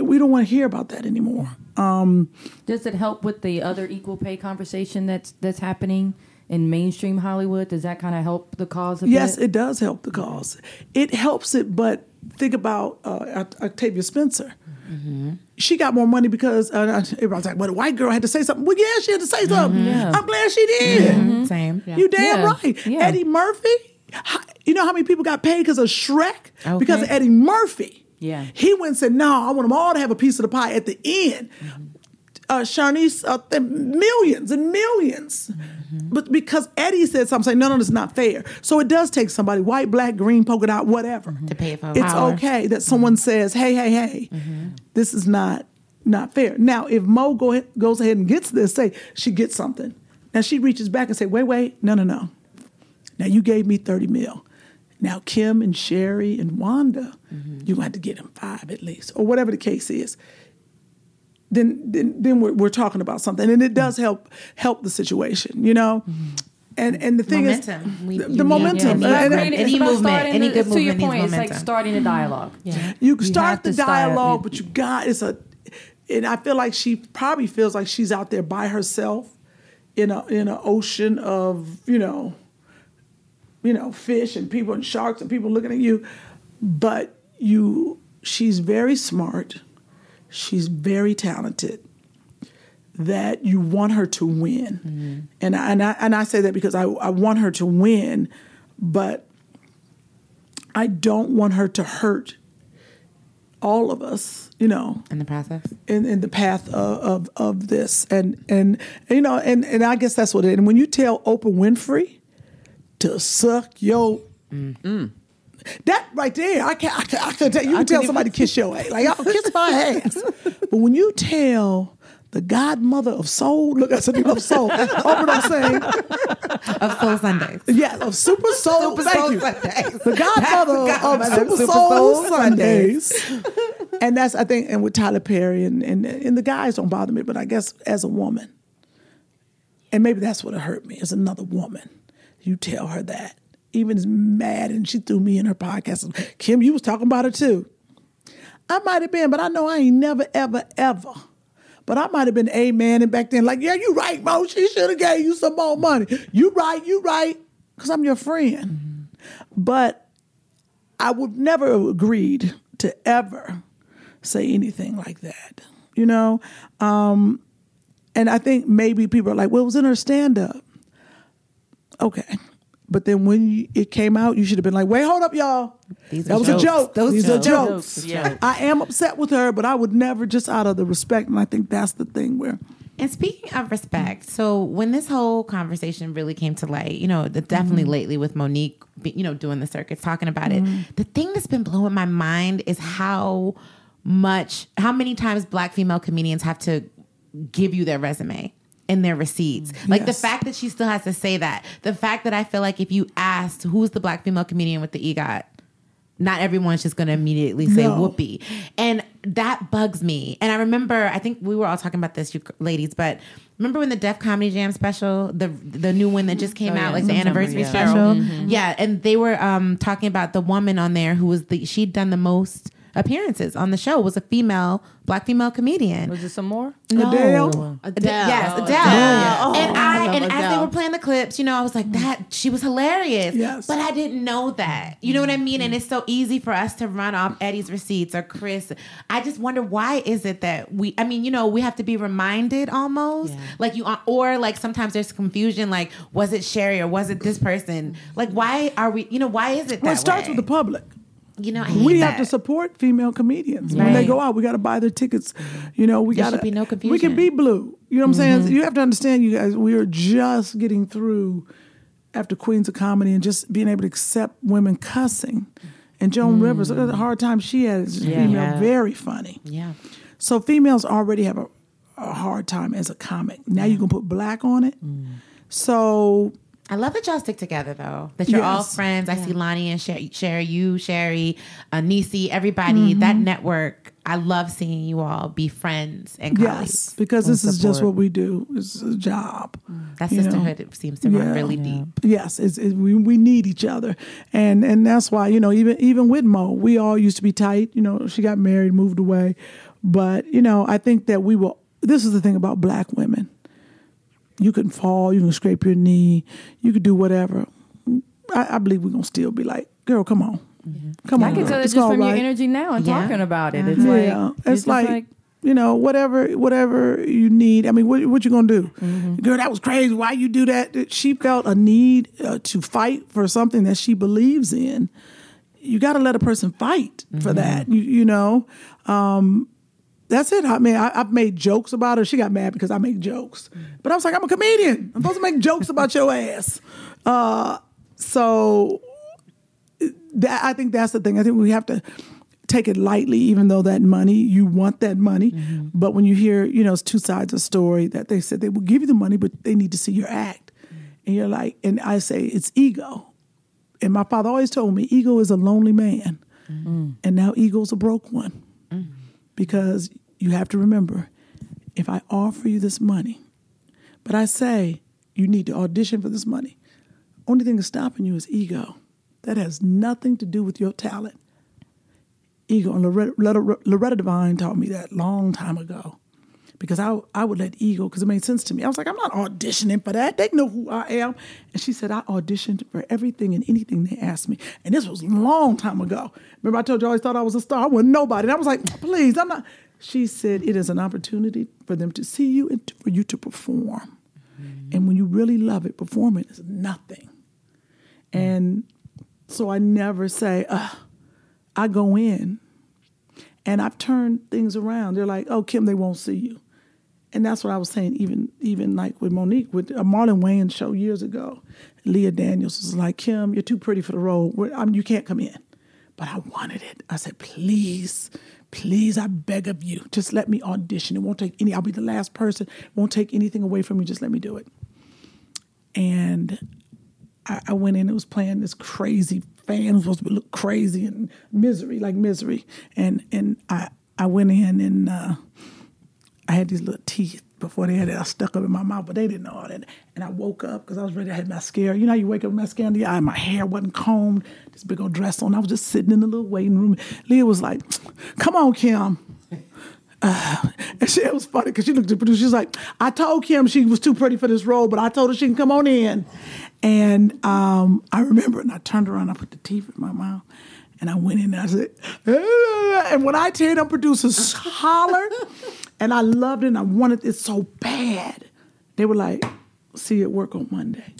Speaker 4: we don't want to hear about that anymore.
Speaker 1: Does it help with the other equal pay conversation that's that's happening in mainstream Hollywood? Does that kind of help the cause? A
Speaker 4: Yes,
Speaker 1: bit?
Speaker 4: it does help the cause. It helps it, but think about uh, Oct- Octavia Spencer.
Speaker 1: Mm-hmm.
Speaker 4: She got more money because uh, everybody's like, "Well, a white girl had to say something." Well, yeah, she had to say something.
Speaker 1: Mm-hmm. Yeah. Mm-hmm.
Speaker 4: I'm glad she did.
Speaker 5: Same. Yeah.
Speaker 4: uh, You damn
Speaker 1: Yeah.
Speaker 4: right.
Speaker 1: Yeah.
Speaker 4: Eddie Murphy. how- You know how many people got paid because of Shrek? Because of
Speaker 5: Okay.
Speaker 4: Eddie Murphy.
Speaker 1: Yeah.
Speaker 4: He went and said, "No, I want them all to have a piece of the pie at the end."
Speaker 1: Mm-hmm.
Speaker 4: Uh, Shanice, uh, th- millions and 1000000s
Speaker 1: Mm-hmm.
Speaker 4: but because Eddie said something, saying, "No, no, it's not fair." So it does take somebody, white, black, green, polka dot, whatever,
Speaker 1: Mm-hmm.
Speaker 4: to
Speaker 5: pay it forward.
Speaker 4: It's
Speaker 5: Power.
Speaker 4: okay that someone says, "Hey, hey, hey,
Speaker 5: Mm-hmm.
Speaker 4: this is not not fair." Now, if Mo go ahead, goes ahead and gets this, say she gets something, now she reaches back and say, "Wait, wait, no, no, no." Now you gave me thirty mil. Now Kim and Sherry and Wanda,
Speaker 5: Mm-hmm.
Speaker 4: you had to get them five at least, or whatever the case is then then then we're, we're talking about something and it
Speaker 5: Mm-hmm.
Speaker 4: does help help the situation you know and and the thing is
Speaker 5: Momentum. We-
Speaker 4: the,
Speaker 5: you
Speaker 4: the
Speaker 5: need-
Speaker 4: momentum
Speaker 5: yeah,
Speaker 4: And-
Speaker 5: need
Speaker 4: and-
Speaker 5: it. Any
Speaker 1: about
Speaker 5: movement,
Speaker 1: starting
Speaker 5: any
Speaker 1: the-
Speaker 5: good
Speaker 1: to your
Speaker 5: movement needs
Speaker 1: point, it's like
Speaker 5: momentum.
Speaker 1: starting a dialogue.
Speaker 4: Mm-hmm. you can start
Speaker 1: have
Speaker 4: the
Speaker 1: to start.
Speaker 4: dialogue but you got it's a and i feel like she probably feels like she's out there by herself in a in an ocean of you know you know fish and people and sharks and people looking at you but you she's very smart she's very talented that you want her to win.
Speaker 1: Mm-hmm.
Speaker 4: And I, and I and I say that because I I want her to win, but I don't want her to hurt all of us, you know,
Speaker 5: In the process.
Speaker 4: in, in the path of, of of this. And and you know, and and I guess that's what it and when you tell Oprah Winfrey to suck your. That right there, I can't. I, can, Mm-hmm. I can tell, you can tell somebody to kiss your ass, like y'all kiss my ass. but when you tell the godmother of soul, look, I said of soul. Open up saying,
Speaker 3: of Soul Sundays.
Speaker 4: Yes, of Super Soul.
Speaker 3: Super
Speaker 4: thank
Speaker 3: Soul
Speaker 4: you.
Speaker 3: Sundays.
Speaker 4: The Godfather
Speaker 3: That's the
Speaker 4: of
Speaker 3: Godmother of
Speaker 4: Super,
Speaker 3: Super
Speaker 4: Soul,
Speaker 3: Soul
Speaker 4: Sundays. and that's I think, and with Tyler Perry and, and and the guys don't bother me, but I guess as a woman, and maybe that's what hurt me is another woman. You tell her that, even as mad, and she threw me in her podcast. Kim, you was talking about her too. I might have been, but I know I ain't never, ever, ever. But I might have been a man and back then, like, yeah, you right, Mo. She should have gave you some more money. You right, you right, because I'm your friend. But I would never have agreed to ever say anything like that, you know? Um, and I think maybe people are like, well, it was in her stand up. Okay. But then when you, it came out, you should have been like, wait, hold up, y'all.
Speaker 3: These
Speaker 4: that
Speaker 3: are
Speaker 4: was
Speaker 3: jokes.
Speaker 4: a joke.
Speaker 3: Those
Speaker 4: These
Speaker 3: jokes.
Speaker 4: are jokes.
Speaker 1: Those jokes.
Speaker 4: I am upset with her, but I would never just out of the respect. And I think that's the thing where
Speaker 3: And speaking of respect, so when this whole conversation really came to light, you know, the,
Speaker 4: Mm-hmm.
Speaker 3: definitely lately with Monique, be- you know, doing the circuits, talking about
Speaker 4: Mm-hmm.
Speaker 3: it, the thing that's been blowing my mind is how much, how many times black female comedians have to give you their resume and their receipts. Like the
Speaker 4: Mm-hmm. Yes.
Speaker 3: fact that she still has to say that, the fact that I feel like if you asked who's the black female comedian with the E EGOT, not everyone's just going to immediately say
Speaker 4: No.
Speaker 3: whoopee be. And that bugs me. And I remember, I think we were all talking about this, you ladies, but remember when the Def Comedy Jam special, the the new one that just came out, like the anniversary special? Mm-hmm. Yeah. And they were um, talking about the woman on there who was the, she'd done the most appearances on the show was a female, black female comedian.
Speaker 1: Was it some more?
Speaker 3: No.
Speaker 4: Adele?
Speaker 3: Adele. Yes, Adele.
Speaker 2: Adele.
Speaker 3: And
Speaker 2: Oh, I
Speaker 3: I
Speaker 2: love
Speaker 3: and as they
Speaker 2: Adele.
Speaker 3: were playing the clips, you know, I was like, that she was hilarious.
Speaker 4: Yes.
Speaker 3: But I didn't know that. You know what I mean? And it's so easy for us to run off Eddie's receipts or Chris. I just wonder why is it that we I mean, you know, we have to be reminded almost. Like you are or like sometimes there's confusion, like, was it Sherry or was it this person? Like why are we you know, why is it that
Speaker 4: well, it starts
Speaker 3: way?
Speaker 4: with the public.
Speaker 3: you know, I hate
Speaker 4: we have to
Speaker 3: that.
Speaker 4: support female comedians when they
Speaker 3: Right.
Speaker 4: go out. We got to buy their tickets. You know, we
Speaker 3: There
Speaker 4: got to
Speaker 3: should be no
Speaker 4: We
Speaker 3: confusion. Mm-hmm.
Speaker 4: can be blue. You know what I'm saying? You have to understand, you guys. We are just getting through after Queens of Comedy and just being able to accept women cussing. And Joan Rivers, what a hard time she had as a female,
Speaker 3: Mm. Yeah.
Speaker 4: very funny.
Speaker 3: Yeah.
Speaker 4: So females already have a, a hard time as a comic. Now you can put black on it.
Speaker 3: Mm.
Speaker 4: So
Speaker 3: I love that y'all stick together though. That you're all
Speaker 4: Yes.
Speaker 3: friends. I see Lonnie and Sherry, Sherry you, Sherry, Anisi, everybody.
Speaker 4: Mm-hmm.
Speaker 3: That network. I love seeing you all be friends and
Speaker 4: yes,
Speaker 3: colleagues.
Speaker 4: because this is just what we do. It's a job.
Speaker 3: That
Speaker 4: you know.
Speaker 3: sisterhood seems to run
Speaker 4: Yeah.
Speaker 3: really deep.
Speaker 4: Yes, it's, it, we we need each other, and and that's why you know even even with Mo, we all used to be tight. You know, she got married, moved away, but you know I think that we will. This is the thing about black women. You can fall, you can scrape your knee, you can do whatever. I, I believe we're gonna still be like, girl, come on, come on.
Speaker 1: I can
Speaker 4: girl.
Speaker 1: tell that
Speaker 4: It's
Speaker 1: just
Speaker 4: all
Speaker 1: from your
Speaker 4: right." Mm-hmm.
Speaker 1: energy now and
Speaker 3: Yeah.
Speaker 1: talking about it. It's like
Speaker 4: Yeah,
Speaker 1: just
Speaker 4: it's like, you know whatever whatever you need. I mean, what what you gonna do, girl? That was crazy. Why you do that? She felt a need uh, to fight for something that she believes in. You got to let a person fight for that. You you know, Um, that's it. I mean, I, I've made jokes about her. She got mad because I make jokes. But I was like, I'm a comedian. I'm supposed to make jokes about your ass. Uh, so that I think that's the thing. I think we have to take it lightly, even though that money, you want that money. But when you hear, you know, it's two sides of the story that they said they will give you the money, but they need to see your act. And you're like, and I say, it's ego. And my father always told me, ego is a lonely man. And now ego's a broke one because you have to remember if I offer you this money, but I say you need to audition for this money, only thing that's stopping you is ego. That has nothing to do with your talent. Ego, and Loretta, Loretta, Loretta Devine taught me that long time ago because I, I would let ego, because it made sense to me. I was like, I'm not auditioning for that. They know who I am. And she said, I auditioned for everything and anything they asked me. And this was a long time ago. Remember, I told you I always thought I was a star. I wasn't nobody. And I was like, please, I'm not. She said, it is an opportunity for them to see you and to- for you to perform. And when you really love it, performing is nothing. And so I never say, Ugh. I go in and I've turned things around. They're like, oh, Kim, they won't see you. And that's what I was saying, even even like with Monique, with a Marlon Wayne show years ago, Leah Daniels was like, Kim, you're too pretty for the role. We're, um, you can't come in. But I wanted it. I said, please, please, I beg of you, just let me audition. It won't take any, I'll be the last person. It won't take anything away from me. Just let me do it. And I, I went in. It was playing this crazy fan was supposed to look crazy and misery, like misery. And and I I went in and uh, I had these little teeth before they had it. I stuck them in my mouth, but they didn't know all that. And I woke up because I was ready. I had mascara. You know, how you wake up with mascara in the eye. My hair wasn't combed. This big old dress on. I was just sitting in the little waiting room. Leah was like, "Come on, Kim." And she, it was funny because she looked at the producer. She's like, I told Kim she was too pretty for this role, but I told her she can come on in. And um, I remember, and I turned around, I put the teeth in my mouth, and I went in and I said, "Ah," and when I tear them, producers holler, and I loved it, and I wanted it so bad. They were like, see it work on Monday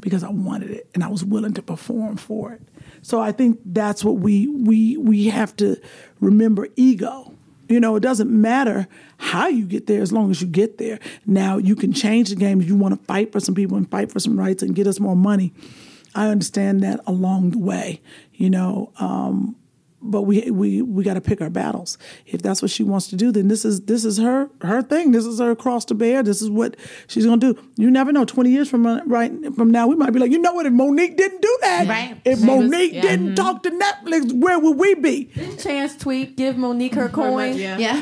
Speaker 4: because I wanted it and I was willing to perform for it. So I think that's what we we we have to remember ego. You know, it doesn't matter how you get there as long as you get there. Now you can change the game if you want to fight for some people and fight for some rights and get us more money. I understand that along the way, you know, um, but we we we got to pick our battles. If that's what she wants to do, then this is this is her her thing. This is her cross to bear. This is what she's gonna do. You never know. Twenty years from uh, right from now, we might be like, you know what? If Monique didn't do that,
Speaker 5: Right.
Speaker 4: if
Speaker 1: She was-
Speaker 4: Monique
Speaker 1: yeah.
Speaker 4: didn't talk to Netflix, where would we be?
Speaker 1: Chance tweet, give Monique her coin.
Speaker 5: Yeah.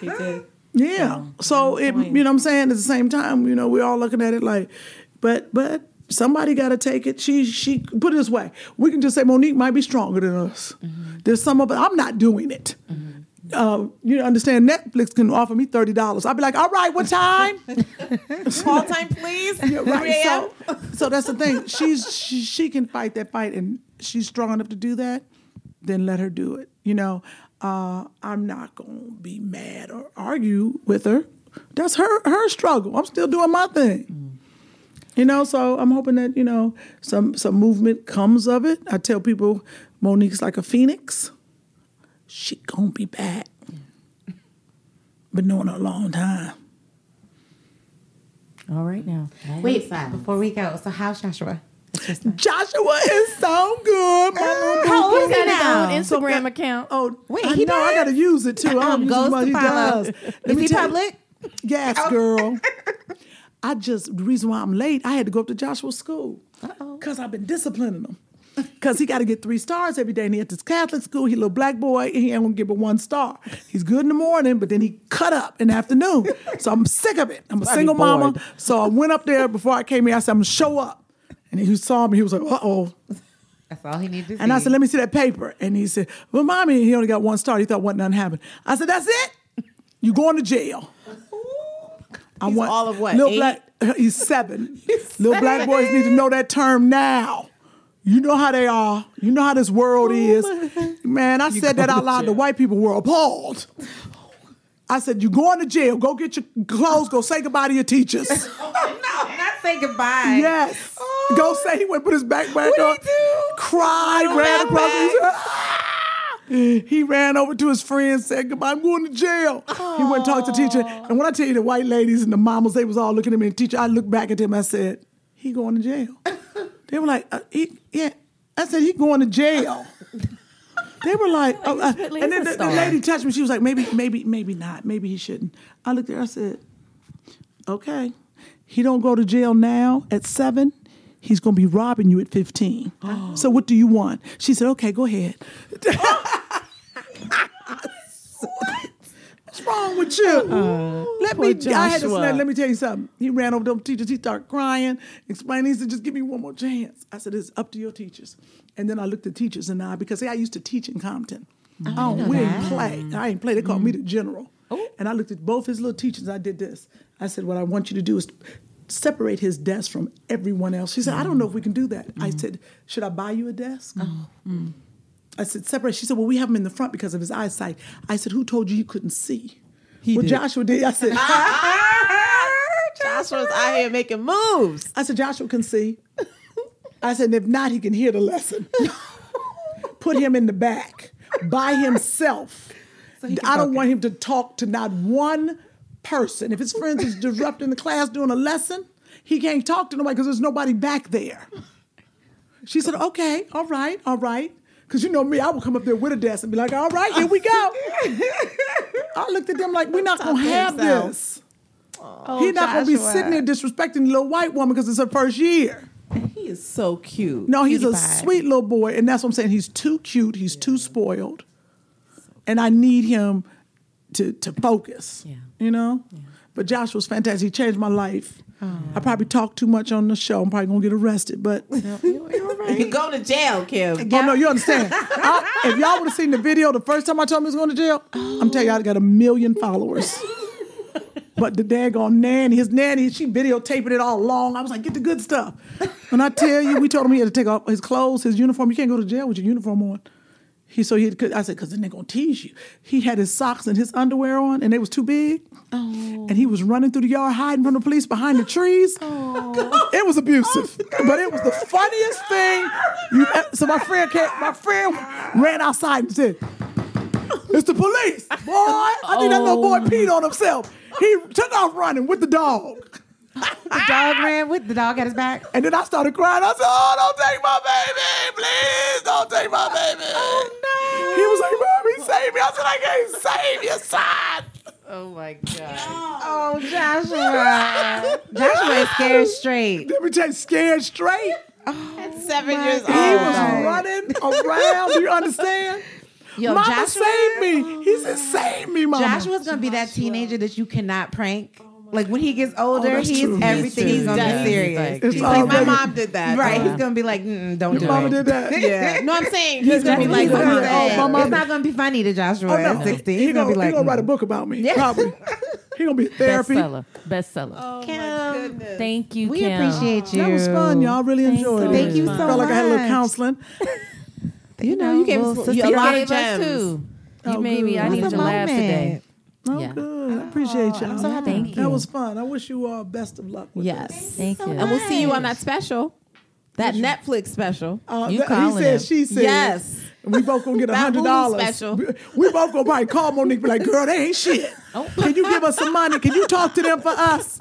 Speaker 2: He did.
Speaker 4: Yeah. So it, you know, what I'm saying at the same time, you know, we're all looking at it like, but but somebody got to take it. She she put it this way. We can just say Monique might be stronger than us. There's some of it. I'm not doing it. Uh, you understand? Netflix can offer me thirty dollars. I'd be like, all right, what time?
Speaker 2: Call time, please.
Speaker 4: right.
Speaker 2: 3 a.m.
Speaker 4: So, so that's the thing. She's she, she can fight that fight, and she's strong enough to do that. Then let her do it. You know, uh, I'm not gonna be mad or argue with her. That's her her struggle. I'm still doing my thing. You know, so I'm hoping that you know some some movement comes of it. I tell people Monique's like a phoenix. She gonna be back. Been doing it a long time.
Speaker 1: All right now.
Speaker 5: Wait, before we go, so how's Joshua? That's your son.
Speaker 4: Joshua is so good. My little
Speaker 5: How old is he
Speaker 1: Got his own
Speaker 5: now?
Speaker 1: Instagram account.
Speaker 4: Oh,
Speaker 5: Wait,
Speaker 4: I
Speaker 5: he
Speaker 4: know. I
Speaker 5: does?
Speaker 4: gotta use it too. I don't use
Speaker 5: Goes
Speaker 4: as much.
Speaker 5: to
Speaker 4: He
Speaker 5: follow.
Speaker 4: does. Let
Speaker 5: Is
Speaker 4: me
Speaker 5: he
Speaker 4: tell you-
Speaker 5: public?
Speaker 4: Yes, girl. I just the reason why I'm late. I had to go up to Joshua's school because I've been disciplining him. Because he got to get three stars every day, and he at this Catholic school. He little black boy, and he ain't gonna give him one star. He's good in the morning, but then he cut up in the afternoon. So I'm sick of it. I'm a single mama,
Speaker 1: bored.
Speaker 4: so I went up there before I came here. I said I'm gonna show up, and he saw me. He was like, "Uh oh."
Speaker 5: That's all he needs to
Speaker 4: And I
Speaker 5: see.
Speaker 4: said, let me see that paper. And he said, well, mommy, he only got one star. He thought wasn't nothing happened. I said, that's it. You going to jail. I
Speaker 2: He's all of what,
Speaker 4: Little
Speaker 2: eight?
Speaker 4: black. He's seven. little black boys need to know that term now. You know how they are. You know how this world
Speaker 2: Oh,
Speaker 4: is. Man, I said that out loud. The white people were appalled. I said, you going to jail. Go get your clothes. Go say goodbye to your teachers.
Speaker 3: No, not say goodbye.
Speaker 4: Yes. Go say he went put his backpack
Speaker 3: What'd he
Speaker 4: on.
Speaker 3: do?
Speaker 4: Cried,
Speaker 3: Oh,
Speaker 4: ran across.
Speaker 3: backpack.
Speaker 4: He said, "Ah!" He ran over to his friend, said goodbye. I'm going to jail. He went and talked to the teacher. And when I tell you the white ladies and the mamas, they was all looking at me. And teacher, I looked back at him. I said, "He going to jail." they were like, uh, he, "Yeah." I said, "He going to jail." They were like, oh, uh,
Speaker 1: really
Speaker 4: and
Speaker 1: is
Speaker 4: then
Speaker 1: a
Speaker 4: the, the
Speaker 1: star.
Speaker 4: lady touched me. She was like, maybe, maybe, maybe not. Maybe he shouldn't. I looked at her. I said, okay. He don't go to jail now at seven. He's gonna be robbing you at fifteen. So what do you want? She said, okay, go ahead. What's wrong with you? let me.
Speaker 1: poor
Speaker 4: I had to
Speaker 1: Joshua.
Speaker 4: snap- Let me tell you something. He ran over to them teachers. He started crying, explaining. He said, "Just give me one more chance." I said, "It's up to your teachers." And then I looked at teachers and I because see, I used to teach in Compton. Oh, we didn't play. I ain't play. They called me the general. And I looked at both his little teachers. I did this. I said, "What I want you to do is." Separate his desk from everyone else. She said, I don't know if we can do that. I said, Should I buy you a desk? I said, separate. She said, well, we have him in the front because of his eyesight. I said, who told you you couldn't see? well, Joshua did. I said,
Speaker 2: Joshua's out here making moves.
Speaker 4: I said, Joshua can see. I said, and if not, he can hear the lesson. Put him in the back by himself. I don't want him to talk to not one person. If his friends is disrupting the class doing a lesson, he can't talk to nobody because there's nobody back there. She said, okay, all right, all right. Because you know me, I would come up there with a desk and be like, all right, here we go. I looked at them like, we're not going to have
Speaker 2: himself.
Speaker 4: this. He's not going to be
Speaker 3: Joshua.
Speaker 4: sitting there disrespecting the little white woman because it's her first year.
Speaker 2: He is so cute.
Speaker 4: No, he's
Speaker 3: Cutie
Speaker 4: a
Speaker 3: pie.
Speaker 4: sweet little boy, and that's what I'm saying. He's too cute. He's too spoiled, and I need him to to focus.
Speaker 3: Yeah. Oh.
Speaker 4: You know. But Josh was fantastic. He changed my life. I probably talked too much on the show. I'm probably gonna get arrested, but
Speaker 2: You go to jail, Kim.
Speaker 4: oh no, you understand. I- if y'all would have seen the video the first time I told him he was going to jail, I'm telling you, I got a million followers. but the daggone nanny, his nanny, she videotaping it all along. I was like, get the good stuff. When I tell you, we told him he had to take off his clothes, his uniform. You can't go to jail with your uniform on. He so he had, I said, because then they're gonna tease you. He had his socks and his underwear on, and they was too big. And he was running through the yard, hiding from the police behind the trees. It was abusive, but it was the funniest thing. You, e-, so my friend came, my friend ran outside and said, "It's the police, boy!" I think that little boy peed on himself. He took off running with the dog,
Speaker 3: The dog ran with the dog at his back.
Speaker 4: and then I started crying. I said, "Oh, don't take my baby, please, don't take my baby."
Speaker 3: Oh, No.
Speaker 4: He was like, "Mommy, save me!" I said, "I can't save you, son."
Speaker 1: Oh my god.
Speaker 3: Oh, Joshua. Joshua is scared straight.
Speaker 4: Let me tell you, scared straight.
Speaker 2: At seven years old.
Speaker 4: He was
Speaker 3: my.
Speaker 4: running around. Do you understand?
Speaker 3: Yo,
Speaker 4: Mama
Speaker 3: Joshua-
Speaker 4: saved me. He said, "Save me,
Speaker 3: Oh
Speaker 4: Mama."
Speaker 3: Joshua's gonna be that teenager that you cannot prank. Like when he gets older,
Speaker 4: Oh, that's
Speaker 3: Oh he's
Speaker 4: true.
Speaker 3: everything. He's,
Speaker 2: He's
Speaker 3: gonna
Speaker 2: done.
Speaker 3: be serious.
Speaker 4: It's
Speaker 3: He's
Speaker 4: all
Speaker 3: like, my
Speaker 4: good.
Speaker 3: mom,
Speaker 2: did that.
Speaker 3: right? He's gonna be like, Mm-mm, don't do
Speaker 4: Mama
Speaker 3: it.
Speaker 4: did that.
Speaker 2: Yeah. No, I'm saying he's gonna be
Speaker 4: definitely
Speaker 2: like,
Speaker 4: did
Speaker 2: "Mama,
Speaker 4: that. Oh,
Speaker 2: dad."
Speaker 4: my mom
Speaker 3: it's not gonna be funny to Joshua
Speaker 4: Oh, no.
Speaker 3: at 16.
Speaker 4: He
Speaker 3: He's
Speaker 4: gonna,
Speaker 3: gonna be
Speaker 4: he
Speaker 3: like,
Speaker 4: gonna
Speaker 3: mm.
Speaker 4: write a book about me. Probably. he gonna be in therapy.
Speaker 1: Bestseller. Bestseller.
Speaker 3: Oh Kim,
Speaker 1: Thank you,
Speaker 3: we
Speaker 1: Kim.
Speaker 3: appreciate you.
Speaker 4: That was fun, y'all. I really enjoyed
Speaker 1: so
Speaker 4: it.
Speaker 1: Thank you
Speaker 3: much. so
Speaker 4: Felt like I had a little
Speaker 3: much.
Speaker 4: counseling.
Speaker 2: You know, you gave us
Speaker 3: Little
Speaker 2: you a
Speaker 3: sister.
Speaker 2: lot
Speaker 1: Gave
Speaker 2: of
Speaker 1: us
Speaker 2: gems.
Speaker 1: two.
Speaker 4: Oh,
Speaker 1: You made me.
Speaker 4: good.
Speaker 1: I
Speaker 4: That's
Speaker 1: needed
Speaker 4: a
Speaker 1: to laugh
Speaker 3: moment.
Speaker 1: today.
Speaker 4: Oh,
Speaker 1: Yeah.
Speaker 4: good. I appreciate y'all.
Speaker 1: so happy. Thank
Speaker 4: That
Speaker 1: you.
Speaker 4: was fun. I wish you all best of luck with
Speaker 2: Yes.
Speaker 4: this.
Speaker 1: Thank you.
Speaker 2: And we'll see you on that special. That Netflix special.
Speaker 4: Uh,
Speaker 1: You
Speaker 4: that- he
Speaker 1: calling
Speaker 4: said,
Speaker 1: him.
Speaker 4: she said.
Speaker 2: Yes.
Speaker 4: We both gonna get a
Speaker 2: That
Speaker 4: hundred
Speaker 2: Hulu
Speaker 4: dollars.
Speaker 2: special.
Speaker 4: We we both gonna probably call Monique be like, girl, they ain't shit.
Speaker 1: Oh.
Speaker 4: Can you give us some money? Can you talk to them for us?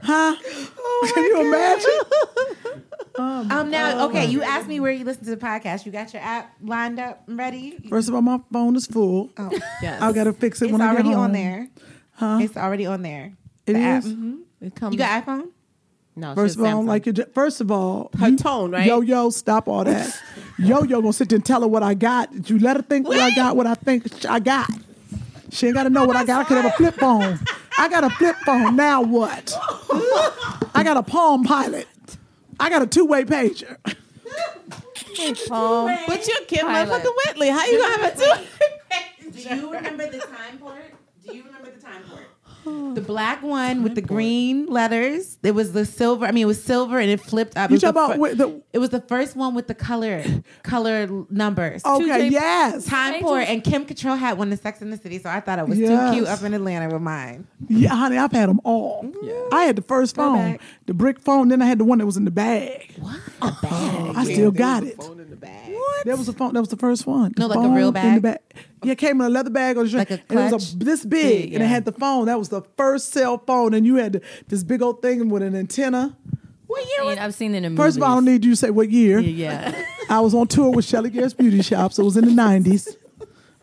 Speaker 4: Huh?
Speaker 1: Oh
Speaker 4: Can you imagine?
Speaker 3: Um, now, okay, you asked me where you listen to the podcast. You got your app lined up and ready.
Speaker 4: First of all, my phone is full.
Speaker 1: Oh,
Speaker 2: Yes.
Speaker 4: I gotta fix it
Speaker 3: It's
Speaker 4: when I get
Speaker 3: already
Speaker 4: home.
Speaker 3: on there. It's already on there.
Speaker 4: It
Speaker 3: the app. Mm-hmm.
Speaker 4: is?
Speaker 2: It comes.
Speaker 3: You got iPhone?
Speaker 2: no,
Speaker 4: First
Speaker 2: she's
Speaker 4: of all, I don't
Speaker 2: Samsung.
Speaker 4: like your. j- First of all,
Speaker 2: Her tone, right?
Speaker 4: Yo, yo, stop all that. yo, yo, gonna sit there and tell her what I got. You let her think what I got. What I think sh- I got. She ain't gotta know what I got. I could have a flip phone. I got a flip phone. Now what? I got a Palm Pilot. I got a two-way pager.
Speaker 2: But you're Kim
Speaker 1: Pilot.
Speaker 2: motherfucking Whitley. How you gonna have a two?
Speaker 3: Do you remember the time port? Do you remember the time port? The black one with the green letters. It was the silver. I mean, it was silver and it flipped up.
Speaker 4: You
Speaker 3: It was the
Speaker 4: talking about
Speaker 3: fir-
Speaker 4: with the-
Speaker 3: It was the first one with the color color l- numbers.
Speaker 4: Okay, yes,
Speaker 3: Time port and Kim Cattrall had one in Sex in the City, so I thought it was
Speaker 4: Yes.
Speaker 3: too cute up in Atlanta with mine.
Speaker 4: yeah, honey, I've had them all. I had the first phone,
Speaker 3: back.
Speaker 4: the brick phone. Then I had the one that was in the bag.
Speaker 3: What?
Speaker 4: I still got it.
Speaker 2: Phone in the bag.
Speaker 4: That was the phone. That was the first one. The
Speaker 3: No, like a
Speaker 4: phone
Speaker 3: real
Speaker 4: in
Speaker 3: bag?
Speaker 4: the Yeah, it came in a leather bag or
Speaker 3: Like a
Speaker 4: and it was
Speaker 3: clutch?
Speaker 4: this big,
Speaker 3: Big,
Speaker 4: and it
Speaker 3: yeah.
Speaker 4: had the phone. That was the first cell phone, and you had this big old thing with an antenna.
Speaker 2: What year was
Speaker 1: And I've seen it in movies.
Speaker 4: First of all, I don't need you to say what year.
Speaker 1: yeah.
Speaker 4: I was on tour with Shelly Garrett's Beauty Shop, so it was in the nineties.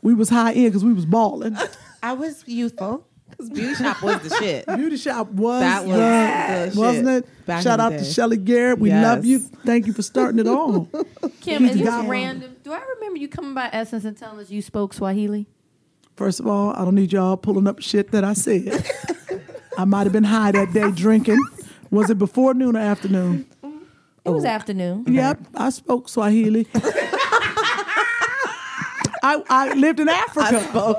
Speaker 4: We was high end because we was balling.
Speaker 3: I was youthful.
Speaker 2: this beauty shop was the shit.
Speaker 4: Beauty Shop was
Speaker 2: That was
Speaker 4: the-
Speaker 2: the
Speaker 4: wasn't
Speaker 2: shit
Speaker 4: it?
Speaker 2: back
Speaker 4: Shout
Speaker 2: in the
Speaker 4: out to
Speaker 2: day.
Speaker 4: Shelly Garrett. We
Speaker 2: Yes.
Speaker 4: love you. Thank you for starting it all.
Speaker 1: Kim, is this
Speaker 4: got one.
Speaker 1: random? Do I remember you coming by Essence and telling us you spoke Swahili?
Speaker 4: First of all, I don't need y'all pulling up shit that I said. I might have been high that day drinking. Was it before noon or afternoon?
Speaker 1: It
Speaker 4: Oh.
Speaker 1: was afternoon.
Speaker 4: Yep, I spoke Swahili. I, I lived in Africa.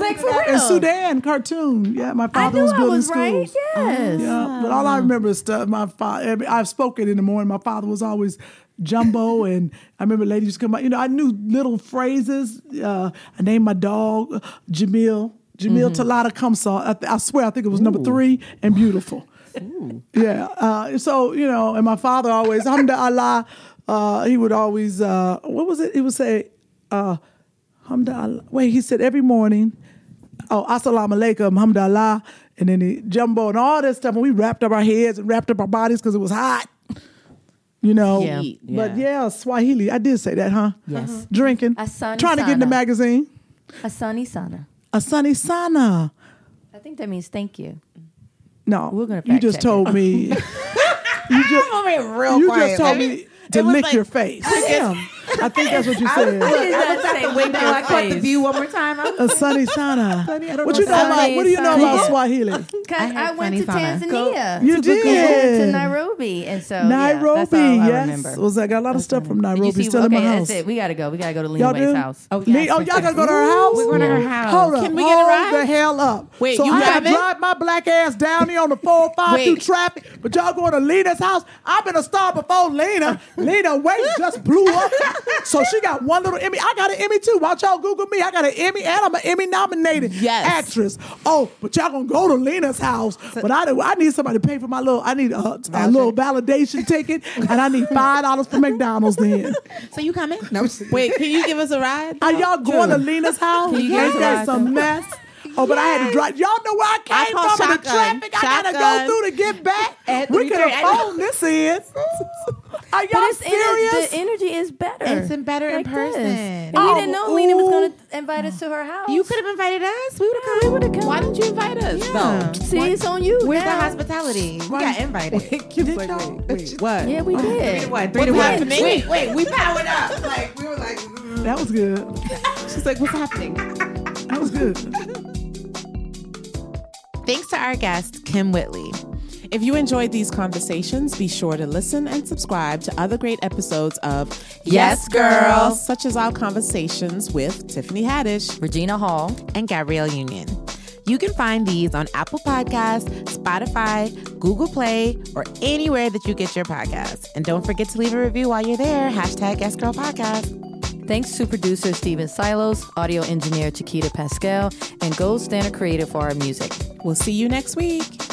Speaker 1: Like for
Speaker 4: In
Speaker 1: real.
Speaker 4: Sudan, cartoon. Yeah, my
Speaker 1: I
Speaker 4: father
Speaker 1: knew
Speaker 4: was
Speaker 1: I
Speaker 4: building
Speaker 1: was right.
Speaker 4: schools.
Speaker 1: Yes.
Speaker 4: Yeah, but all I remember is stuff. My father, I've spoken in the morning. My father was always jumbo, and I remember ladies used to come out. You know, I knew little phrases. Uh, I named my dog uh, Jamil. Jamil
Speaker 1: Mm-hmm.
Speaker 4: Talata Kumsal. I, th- I swear, I think it was number three and beautiful. Yeah. Uh, so you know, and my father always Hamda Allah. Uh, he would always uh, what was it? He would say, uh, Hamda Allah. Wait, he said every morning. oh, assalamu alaikum, alhamdulillah, and then the jumbo and all this stuff. And we wrapped up our heads and wrapped up our bodies because it was hot. You know,
Speaker 1: Yeah.
Speaker 4: but yeah, Swahili. I did say that, huh?
Speaker 1: Yes. Uh-huh.
Speaker 4: Drinking,
Speaker 1: Asani
Speaker 4: trying to get in the
Speaker 1: sana.
Speaker 4: magazine.
Speaker 1: Asani sana.
Speaker 4: Asani sana.
Speaker 1: I think that means thank you.
Speaker 4: No,
Speaker 1: We're gonna
Speaker 4: You
Speaker 1: fact
Speaker 4: just
Speaker 1: check
Speaker 4: told me. you just,
Speaker 3: I'm over here
Speaker 1: Oh,
Speaker 3: real
Speaker 4: you
Speaker 3: quiet.
Speaker 4: just told
Speaker 3: like,
Speaker 4: me to lick your face. Damn. I think that's what you said.
Speaker 3: I
Speaker 1: did
Speaker 3: was
Speaker 1: not
Speaker 3: out
Speaker 1: say
Speaker 3: the window.
Speaker 1: that
Speaker 3: I caught the
Speaker 1: face.
Speaker 3: view one more time. I'm
Speaker 4: A sunny sana. What you know
Speaker 1: what
Speaker 4: about?
Speaker 1: sunny
Speaker 4: What do you know
Speaker 1: sana
Speaker 4: about
Speaker 1: is.
Speaker 4: Swahili?
Speaker 1: Because
Speaker 5: I
Speaker 1: I,
Speaker 5: heard
Speaker 1: went
Speaker 5: Sunny
Speaker 1: to
Speaker 5: Sana.
Speaker 1: Tanzania.
Speaker 4: You
Speaker 1: to Bukola,
Speaker 4: did.
Speaker 1: To Nairobi. And so, Oh, yeah, that's
Speaker 4: Nairobi.
Speaker 1: all I
Speaker 4: yes.
Speaker 1: remember.
Speaker 4: Was I got a lot of stuff from
Speaker 1: You
Speaker 4: Nairobi
Speaker 1: see,
Speaker 4: still in my
Speaker 1: okay,
Speaker 4: house.
Speaker 1: that's it. We got to go. We got to go to Lena
Speaker 4: Y'all do?
Speaker 1: Way's house.
Speaker 4: Oh, oh, y'all gotta go to her house.
Speaker 5: We're going to her house.
Speaker 4: Hold up.
Speaker 2: Can we get a
Speaker 4: Hold
Speaker 2: ride?
Speaker 4: the hell up.
Speaker 2: Wait,
Speaker 4: so
Speaker 2: you
Speaker 4: I had to
Speaker 2: driving?
Speaker 4: drive my black ass down here on the 405 through
Speaker 2: Wait.
Speaker 4: traffic, but y'all going to Lena's house. I've been a star before Lena. Lena Wait just blew up. So she got one little Emmy. I got an Emmy too. Watch y'all Google me. I got an Emmy and I'm an Emmy nominated
Speaker 2: Yes.
Speaker 4: actress. Oh, but y'all gonna go to Lena's house. But I, I need somebody to pay for my little, I need a, a little validation ticket and I need $5 for McDonald's then.
Speaker 5: So you coming?
Speaker 3: no,
Speaker 2: Wait, can you give us a ride?
Speaker 4: Are y'all going to Lena's house?
Speaker 2: you
Speaker 4: Ain't
Speaker 2: guys
Speaker 4: that
Speaker 2: ride
Speaker 4: some mess? Oh, but I had to drive. Y'all know where I
Speaker 2: I
Speaker 4: came
Speaker 2: call
Speaker 4: from in the
Speaker 2: shotgun.
Speaker 4: traffic. I gotta
Speaker 2: Shotgun.
Speaker 4: go through to get back.
Speaker 2: At
Speaker 4: We can
Speaker 2: 3:30, I know.
Speaker 4: afford this in. Are
Speaker 1: But
Speaker 4: y'all
Speaker 1: it's ener-
Speaker 4: serious?
Speaker 1: the energy is better.
Speaker 5: It's in better in
Speaker 1: Like this.
Speaker 5: person.
Speaker 1: And
Speaker 4: Oh,
Speaker 1: we didn't know Lena was
Speaker 4: ooh.
Speaker 1: going to invite us to her house.
Speaker 5: You could have invited us. We would have
Speaker 1: We
Speaker 5: come.
Speaker 1: would have come.
Speaker 2: Why didn't you invite us
Speaker 5: Yeah.
Speaker 2: though?
Speaker 1: See, it's on you.
Speaker 5: Where's the
Speaker 1: now.
Speaker 5: hospitality? We got invited.
Speaker 2: Kim's like, wait, wait, what?
Speaker 1: Yeah, we did.
Speaker 5: What? Three to
Speaker 2: What's
Speaker 5: one.
Speaker 2: happening?
Speaker 5: Wait, wait.
Speaker 3: we powered up. Like we were like.
Speaker 4: That was good.
Speaker 2: She's like, what's happening?
Speaker 4: That was good.
Speaker 5: Thanks to our guest, Kim Whitley.
Speaker 2: If you enjoyed these conversations, be sure to listen and subscribe to other great episodes of
Speaker 1: Yes, Girl.
Speaker 2: such as our conversations with Tiffany Haddish.
Speaker 1: Regina Hall.
Speaker 5: and Gabrielle Union. You can find these on Apple Podcasts, Spotify, Google Play, or anywhere that you get your podcasts. And don't forget to leave a review while you're there. Hashtag Yes Girl Podcast.
Speaker 1: Thanks to producer Steven Silos, audio engineer Chiquita Pascal, and Gold Standard Creative for our music.
Speaker 2: We'll see you next week.